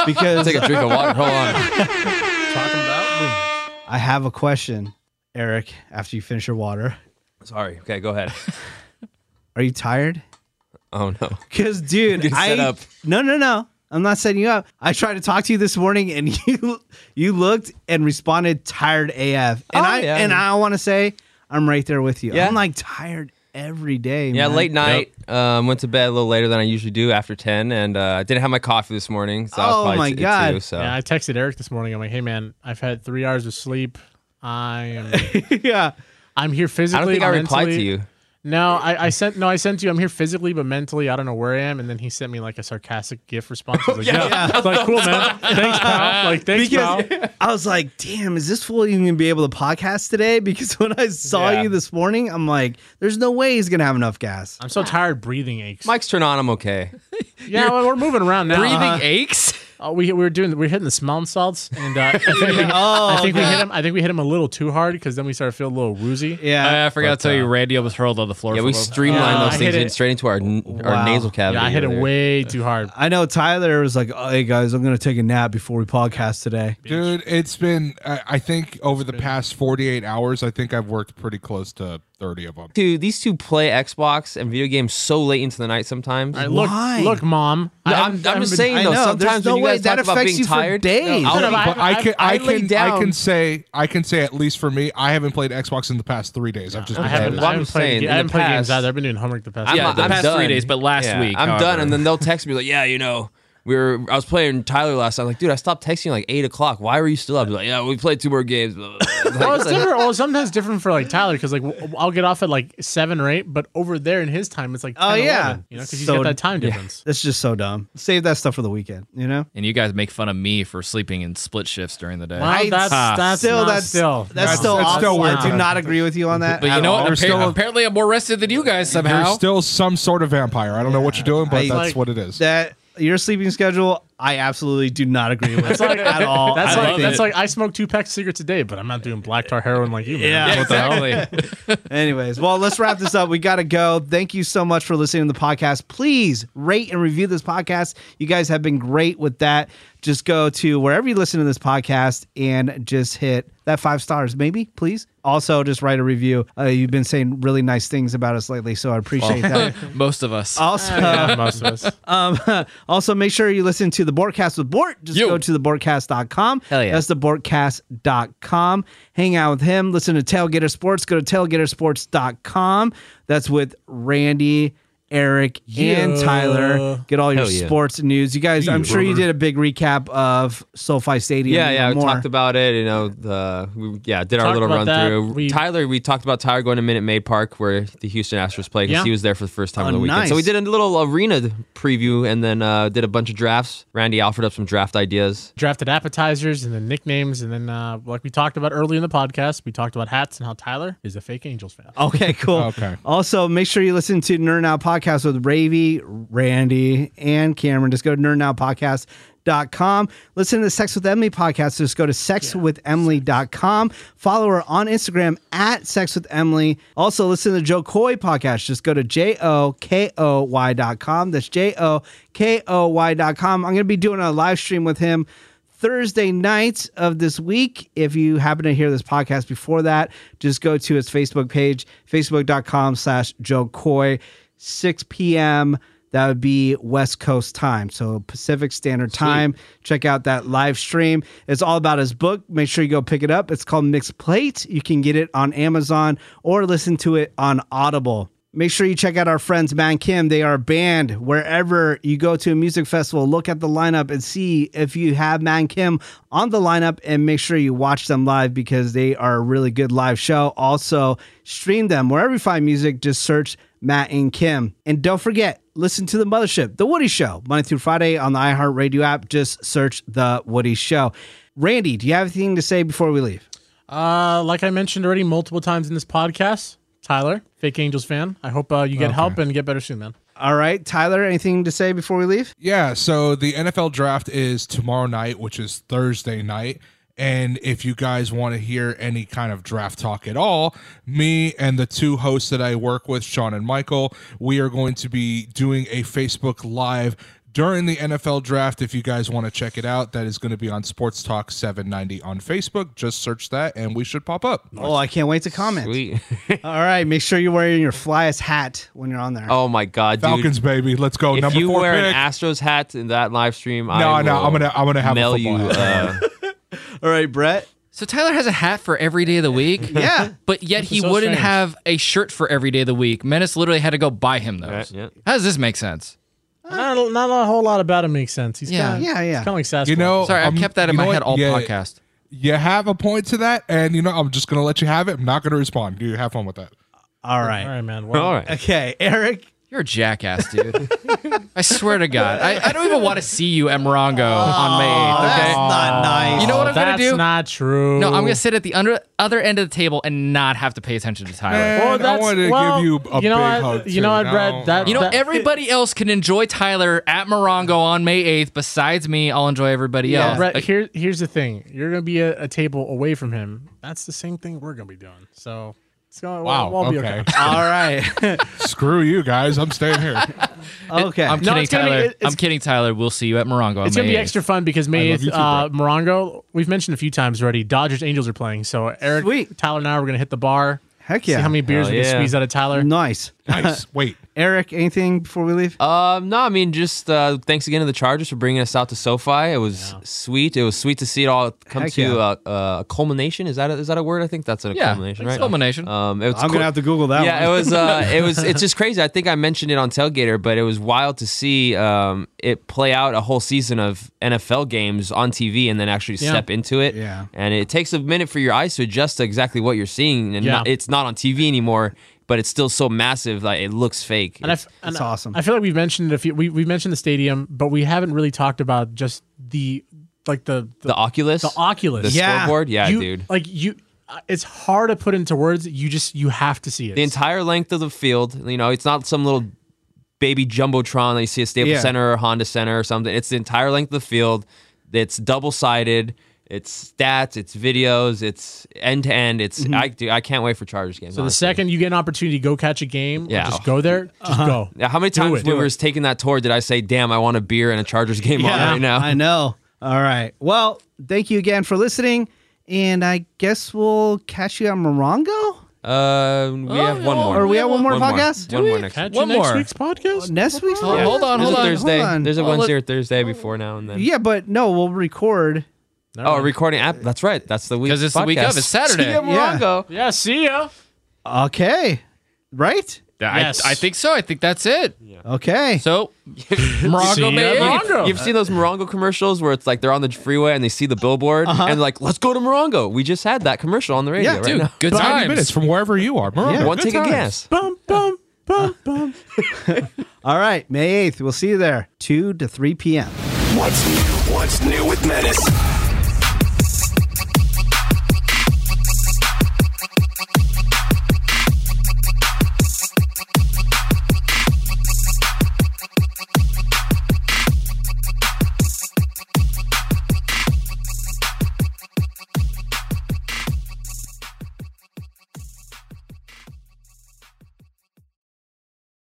Speaker 2: because
Speaker 3: Take a drink of water. Hold on.
Speaker 2: I have a question, Eric. After you finish your water,
Speaker 3: Sorry. Okay, go ahead.
Speaker 2: are you tired?
Speaker 3: Oh no.
Speaker 2: Because, dude,
Speaker 3: Get
Speaker 2: I
Speaker 3: set up.
Speaker 2: no, no, no. I'm not setting you up. I tried to talk to you this morning, and you you looked and responded tired AF. And
Speaker 3: Oh,
Speaker 2: I
Speaker 3: yeah.
Speaker 2: and I want to say I'm right there with you.
Speaker 3: Yeah.
Speaker 2: I'm like tired every day.
Speaker 3: Yeah,
Speaker 2: man.
Speaker 3: late night. Um, went to bed a little later than I usually do after ten, and uh, I didn't have my coffee this morning, so I was
Speaker 2: Oh
Speaker 3: probably
Speaker 2: my
Speaker 3: t-
Speaker 2: God.
Speaker 3: too. So
Speaker 5: Yeah, I texted Eric this morning. I'm like, hey man, I've had three hours of sleep. I am
Speaker 2: yeah.
Speaker 5: I'm here physically.
Speaker 3: I don't think I replied to
Speaker 5: mentally.
Speaker 3: you.
Speaker 5: No, I, I sent no, I sent you. I'm here physically, but mentally, I don't know where I am. And then he sent me like a sarcastic GIF response. I was like, yeah, I was like cool man, thanks pal. Like thanks
Speaker 2: Because
Speaker 5: pal.
Speaker 2: I was like, damn, is this fool even gonna be able to podcast today? Because when I saw
Speaker 3: Yeah.
Speaker 2: you this morning, I'm like, there's no way he's gonna have enough gas.
Speaker 5: I'm so tired. Breathing aches.
Speaker 3: Mike's turn on. I'm okay.
Speaker 5: yeah, well, we're moving around now.
Speaker 6: Breathing aches.
Speaker 5: Uh, we we were doing we were hitting the smelling salts, and uh, I think, we,
Speaker 3: Oh,
Speaker 5: I think we hit him. I think we hit him a little too hard because then we started to feel a little woozy.
Speaker 2: Yeah.
Speaker 6: I forgot to tell you, Randy almost rolled on the floor.
Speaker 3: Yeah,
Speaker 6: for
Speaker 3: we
Speaker 6: a little-
Speaker 3: streamlined
Speaker 5: Yeah, I
Speaker 3: those things
Speaker 5: hit
Speaker 3: in
Speaker 5: it.
Speaker 3: straight into our n-
Speaker 2: Wow.
Speaker 3: our nasal cavity.
Speaker 5: Yeah, I hit him
Speaker 3: earlier.
Speaker 5: way too hard.
Speaker 3: Uh,
Speaker 2: I know Tyler was like, oh, hey guys, I'm gonna take a nap before we podcast today.
Speaker 4: Dude, it's been, I, I think over the past 48 hours, I think I've worked pretty close to 30 of them.
Speaker 3: Two, these two play Xbox and video games so late into the night sometimes.
Speaker 5: All right, look,
Speaker 2: Why?
Speaker 5: look, mom. I
Speaker 3: I'm-
Speaker 5: haven't-
Speaker 3: I'm
Speaker 5: I haven't
Speaker 3: just
Speaker 5: been-
Speaker 3: saying,
Speaker 2: I
Speaker 3: though,
Speaker 2: know.
Speaker 3: sometimes
Speaker 2: there's no
Speaker 3: when you
Speaker 2: way
Speaker 3: guys
Speaker 2: that
Speaker 3: talk about
Speaker 2: affects
Speaker 3: being
Speaker 2: you for
Speaker 3: tired-
Speaker 2: days.
Speaker 3: No, I'll-
Speaker 5: No, no,
Speaker 4: but I,
Speaker 5: I-
Speaker 4: can,
Speaker 3: I-
Speaker 4: I,
Speaker 3: I lay
Speaker 4: can, I
Speaker 3: down.
Speaker 4: can say, I can say at least for me, I haven't played Xbox in the past three days. I've just
Speaker 5: I
Speaker 4: been
Speaker 5: haven't,
Speaker 4: tired.
Speaker 3: Well,
Speaker 5: I
Speaker 3: I'm
Speaker 5: haven't played,
Speaker 3: saying,
Speaker 5: I
Speaker 3: in
Speaker 5: haven't
Speaker 3: the
Speaker 5: played games
Speaker 3: past-
Speaker 5: either. I've been doing homework the past.
Speaker 3: I'm
Speaker 6: Yeah,
Speaker 3: not-
Speaker 6: the
Speaker 3: I'm
Speaker 6: past
Speaker 3: done.
Speaker 6: three days, but last
Speaker 3: Yeah,
Speaker 6: week.
Speaker 3: I'm done,
Speaker 6: however.
Speaker 3: and then they'll text me like, "Yeah, you know, we were." I was playing Tyler last. night. I'm like, "Dude, I stopped texting like eight o'clock. Why were you still up?" He's like, "Yeah, we played two more games." blah, blah, blah."
Speaker 5: Well, it's
Speaker 3: Like,
Speaker 5: different. Well, sometimes different for like Tyler because like w- I'll get off at like seven or eight, but over there in his time it's like 10,
Speaker 2: Oh, yeah.
Speaker 5: 11, you know because he's
Speaker 2: So-
Speaker 5: got that time difference.
Speaker 2: That's just so dumb. Save that stuff for the weekend, you know?
Speaker 6: And you guys make fun of me for sleeping in split shifts during the day.
Speaker 5: Well,
Speaker 2: I-
Speaker 5: that's,
Speaker 6: Ah,
Speaker 5: that's
Speaker 2: still,
Speaker 5: not
Speaker 2: that's
Speaker 5: still
Speaker 2: That's
Speaker 4: No.
Speaker 2: still
Speaker 4: That's
Speaker 2: awesome.
Speaker 4: still
Speaker 2: I
Speaker 4: weird.
Speaker 2: do not agree with you on that.
Speaker 6: but you
Speaker 2: at
Speaker 6: know
Speaker 2: all.
Speaker 6: what? Appa-
Speaker 4: There's still-
Speaker 6: apparently, I'm more rested than you guys somehow.
Speaker 4: You're still some sort of vampire. I don't know what you're doing, but
Speaker 2: I-
Speaker 4: that's
Speaker 2: like-
Speaker 4: what it is.
Speaker 2: that your sleeping schedule, I absolutely do not agree with at all.
Speaker 5: That's
Speaker 2: I
Speaker 5: like
Speaker 2: think-
Speaker 5: that's like I smoke two packs of cigarettes a day, but I'm not doing black tar heroin like you. Man.
Speaker 2: Yeah.
Speaker 5: What the hell?
Speaker 6: exactly.
Speaker 2: Anyways, well, let's wrap this up. We got to go. Thank you so much for listening to the podcast. Please rate and review this podcast. You guys have been great with that. Just go to wherever you listen to this podcast and just hit that five stars, maybe, please. Also, just write a review. Uh, you've been saying really nice things about us lately, so I appreciate that.
Speaker 6: Most of us.
Speaker 2: Also,
Speaker 5: Yeah, most of us.
Speaker 2: um, also make sure you listen to the Bortcast with Bort. Just
Speaker 6: Yo.
Speaker 2: go to thebortcast.com. Hell
Speaker 6: yeah.
Speaker 2: That's thebortcast.com. Hang out with him. Listen to Tailgater Sports. Go to tailgatersports.com. That's with Randy. Eric and
Speaker 5: Yeah.
Speaker 2: Tyler get all your
Speaker 3: Hell yeah.
Speaker 2: sports news. You guys, I'm sure you did a big recap of SoFi Stadium.
Speaker 3: yeah, yeah, we
Speaker 2: more.
Speaker 3: talked about it. You know, the we, yeah, did our
Speaker 5: Talked
Speaker 3: little run
Speaker 5: about that.
Speaker 3: through.
Speaker 5: We-
Speaker 3: Tyler, we talked about Tyler going to Minute Maid Park where the Houston Astros play because
Speaker 5: Yeah.
Speaker 3: he was there for the first time on
Speaker 2: Oh,
Speaker 3: the weekend. So we
Speaker 2: nice.
Speaker 3: did a little arena preview and then uh, did a bunch of drafts. Randy offered up some draft ideas.
Speaker 5: Drafted appetizers and then nicknames, and then uh, like we talked about early in the podcast, we talked about hats and how Tyler is a fake Angels fan.
Speaker 2: Okay, cool.
Speaker 4: Okay.
Speaker 2: Also, make sure you listen to Nerd Now Podcast with Ravy, Randy, and Cameron. Just go to nerdnowpodcast.com. Listen to the Sex with Emily podcast. Just go to sexwithemily.com. Follow her on Instagram at Sex with Emily. Also, listen to the Joe Coy podcast. Just go to J O K O Y.com. That's J O K O Y.com. I'm going to be doing a live stream with him. Thursday nights of this week. If you happen to hear this podcast before that, just go to his Facebook page, facebook.com slash Joe Coy, 6 p.m. That would be West Coast time. So Pacific Standard Time. Check out that live stream. It's all about his book. Make sure you go pick it up. It's called Mixed Plate. You can get it on Amazon or listen to it on Audible. Make sure you check out our friends Man Kim. They are a band wherever you go to a music festival. Look at the lineup and see if you have Man Kim on the lineup, and make sure you watch them live because they are a really good live show. Also, stream them wherever you find music. Just search Matt and Kim, and don't forget listen to the Mothership, the Woody Show, Monday through Friday on the iHeartRadio app. Just search the Woody Show. Randy, do you have anything to say before we leave?
Speaker 5: Uh, like I mentioned already multiple times in this podcast, Tyler, fake Angels fan. I hope uh, you get help and get better soon, man.
Speaker 2: All right, Tyler, anything to say before we leave?
Speaker 4: Yeah, so the NFL draft is tomorrow night, which is Thursday night. And if you guys want to hear any kind of draft talk at all, me and the two hosts that I work with, Sean and Michael, we are going to be doing a Facebook Live during the NFL draft. If you guys want to check it out, that is going to be on Sports Talk 790 on Facebook. Just search that and we should pop up.
Speaker 2: Oh, I can't wait to comment.
Speaker 3: Sweet.
Speaker 2: All right, make sure you're wearing your flyest hat when you're on there.
Speaker 3: oh my god, dude.
Speaker 4: Falcons, baby. Let's go.
Speaker 3: If
Speaker 4: Oh, Number
Speaker 3: you
Speaker 4: four
Speaker 3: wear
Speaker 4: pick.
Speaker 3: an Astros hat in that live stream,
Speaker 4: no,
Speaker 3: I
Speaker 4: no,
Speaker 3: will
Speaker 4: I'm gonna I'm gonna have
Speaker 3: mail
Speaker 4: a
Speaker 3: you.
Speaker 4: football hat.
Speaker 3: Uh,
Speaker 2: All right, Brett.
Speaker 6: So Tyler has a hat for every day of the week.
Speaker 2: Yeah.
Speaker 6: But yet he
Speaker 5: so
Speaker 6: wouldn't
Speaker 5: strange.
Speaker 6: have a shirt for every day of the week. Menace literally had to go buy him those.
Speaker 3: Right, yeah.
Speaker 6: How does this make sense?
Speaker 5: Not, a- not a whole lot about him makes sense. He's
Speaker 6: Yeah.
Speaker 5: kind of,
Speaker 2: Yeah, yeah.
Speaker 5: kind of like Sasquatch.
Speaker 4: You know,
Speaker 6: Sorry,
Speaker 5: Um,
Speaker 4: I'm-
Speaker 6: I've kept that in
Speaker 4: you
Speaker 6: my
Speaker 4: know
Speaker 6: head
Speaker 4: what?
Speaker 6: all
Speaker 4: Yeah,
Speaker 6: podcast.
Speaker 4: You have a point to that, and you know, I'm just gonna let you have it. I'm not gonna respond. You have fun with that.
Speaker 2: All
Speaker 5: All
Speaker 2: right.
Speaker 5: right, man. Well,
Speaker 3: uh, All right.
Speaker 2: Okay, Eric.
Speaker 6: You're a jackass, dude. I swear to God. I, I don't even want to see you, Emerongo, on May.
Speaker 2: That's not nice.
Speaker 6: You know what I'm gonna
Speaker 5: that's
Speaker 6: do?
Speaker 5: not true.
Speaker 6: No, I'm going to sit at the under, other end of the table and not have to pay attention to Tyler.
Speaker 4: Man, I
Speaker 5: that's-
Speaker 4: wanted to
Speaker 5: well,
Speaker 4: give you a
Speaker 5: you know
Speaker 4: big
Speaker 5: what?
Speaker 4: hug.
Speaker 5: You know
Speaker 4: too.
Speaker 5: what, Brad?
Speaker 4: No,
Speaker 5: That-
Speaker 4: no.
Speaker 6: You know,
Speaker 5: that-
Speaker 6: everybody else can enjoy Tyler at Morongo on May 8th. Besides me, I'll enjoy everybody
Speaker 5: Yeah,
Speaker 6: else.
Speaker 5: Brett,
Speaker 6: Like,
Speaker 5: here, here's the thing. You're going to be a, a table away from him. That's the same thing we're going to be doing. So, it's gonna,
Speaker 4: wow.
Speaker 5: we'll, we'll be okay.
Speaker 4: okay.
Speaker 2: All right.
Speaker 4: Screw you guys. I'm staying here.
Speaker 2: Okay.
Speaker 6: I'm
Speaker 5: No,
Speaker 6: kidding,
Speaker 5: it's gonna be-
Speaker 6: Tyler.
Speaker 5: it- it's-
Speaker 6: I'm kidding, Tyler. We'll see you at Morongo on
Speaker 5: It's
Speaker 6: May
Speaker 5: going to be
Speaker 6: 8th.
Speaker 5: extra fun because May
Speaker 4: I love
Speaker 5: 8th,
Speaker 4: you too,
Speaker 5: uh, Morongo, we've mentioned a few times already, Dodgers Angels are playing. So, Eric,
Speaker 2: Sweet.
Speaker 5: Tyler, and I, we're going to hit the bar.
Speaker 2: Heck
Speaker 5: See
Speaker 2: yeah.
Speaker 5: how many beers
Speaker 3: Hell
Speaker 5: we can
Speaker 3: yeah.
Speaker 5: squeeze out of Tyler.
Speaker 2: nice.
Speaker 4: Nice. Wait.
Speaker 2: Eric, anything before we leave?
Speaker 6: Uh,
Speaker 3: Um, no, I mean, just uh, thanks again to the Chargers for bringing us out to SoFi. It was sweet. It was sweet to see it all come
Speaker 2: Heck
Speaker 3: to
Speaker 2: yeah.
Speaker 3: a, a culmination. Is that a, is that a word? I think that's a
Speaker 6: Yeah,
Speaker 3: culmination,
Speaker 6: it's
Speaker 3: right?
Speaker 6: culmination.
Speaker 5: Uh,
Speaker 3: Um, it's
Speaker 2: I'm
Speaker 3: cool-
Speaker 2: gonna have to Google that
Speaker 3: yeah,
Speaker 2: one.
Speaker 3: it was. Uh, it was. It's just crazy. I think I mentioned it on Tailgater, but it was wild to see um, it play out a whole season of NFL games on TV, and then actually step into it.
Speaker 2: Yeah.
Speaker 3: and it takes a minute for your eyes to adjust to exactly what you're seeing, and
Speaker 5: Yeah.
Speaker 3: not, it's not on TV anymore. But it's still so massive, like it looks fake.
Speaker 5: And I
Speaker 3: It's-
Speaker 5: f- and
Speaker 2: it's awesome.
Speaker 5: I feel like we've mentioned a few. We we mentioned the stadium, but we haven't really talked about just the like the the,
Speaker 3: the Oculus,
Speaker 5: the Oculus.
Speaker 3: the
Speaker 2: Yeah.
Speaker 3: scoreboard. Yeah,
Speaker 5: You-
Speaker 3: dude.
Speaker 5: Like you, uh, it's hard to put into words. You just you have to see it.
Speaker 3: The entire length of the field. You know, it's not some little baby jumbotron that you see at Staples
Speaker 2: Yeah.
Speaker 3: Center or Honda Center or something. It's the entire length of the field. It's double sided. It's stats. It's videos. It's end to end. It's
Speaker 2: Mm-hmm.
Speaker 3: I do. I can't wait for Chargers games.
Speaker 5: so the second you get an opportunity to go catch a game, yeah.
Speaker 3: Yeah.
Speaker 5: just go there, just
Speaker 2: Uh-huh.
Speaker 5: go.
Speaker 3: Now, how many
Speaker 5: Do
Speaker 3: times
Speaker 5: it.
Speaker 3: when
Speaker 5: Do
Speaker 3: we were
Speaker 5: it.
Speaker 3: taking that tour did I say, "Damn, I want a beer and a Chargers game on
Speaker 2: Yeah,
Speaker 3: right now"?
Speaker 2: I know. All right. Well, thank you again for listening. And I guess we'll catch you on Morongo?
Speaker 3: Uh, we have one more.
Speaker 2: Oh, Or we have one more
Speaker 3: One more.
Speaker 2: podcast?
Speaker 3: One more next.
Speaker 5: Catch
Speaker 6: One
Speaker 5: you next
Speaker 6: more.
Speaker 5: week's podcast.
Speaker 2: Next week?
Speaker 6: Hold- hold on,
Speaker 3: There's
Speaker 6: hold
Speaker 3: a
Speaker 6: on.
Speaker 3: Thursday.
Speaker 2: hold on.
Speaker 3: There's a
Speaker 6: Oh, let-
Speaker 3: Wednesday or Thursday before now and then.
Speaker 2: Yeah, but no, we'll record.
Speaker 3: Oh, a recording app. That's right. That's the week.
Speaker 6: Because it's the week of. It's Saturday.
Speaker 3: See you at
Speaker 2: Yeah.
Speaker 3: Morongo.
Speaker 5: Yeah, see ya.
Speaker 2: Okay. Right?
Speaker 6: I,
Speaker 5: Yes.
Speaker 6: I think so. I think that's it.
Speaker 2: Okay.
Speaker 6: So, Morongo
Speaker 5: See
Speaker 6: May
Speaker 5: ya,
Speaker 6: 8th.
Speaker 5: Morongo.
Speaker 3: You've seen those Morongo commercials where it's like they're on the freeway and they see the billboard and they're like, "Let's go to Morongo." We just had that commercial on the radio.
Speaker 2: Yeah,
Speaker 3: right
Speaker 6: Dude,
Speaker 3: now.
Speaker 6: good
Speaker 4: 90
Speaker 6: times.
Speaker 4: minutes from wherever you are. Morocco,
Speaker 3: One
Speaker 4: good
Speaker 3: take
Speaker 4: times.
Speaker 3: a guess.
Speaker 5: Bum bum bum bum.
Speaker 2: All right. May 8th. We'll see you there. 2 to 3 p.m.
Speaker 1: What's new? What's new with Menace?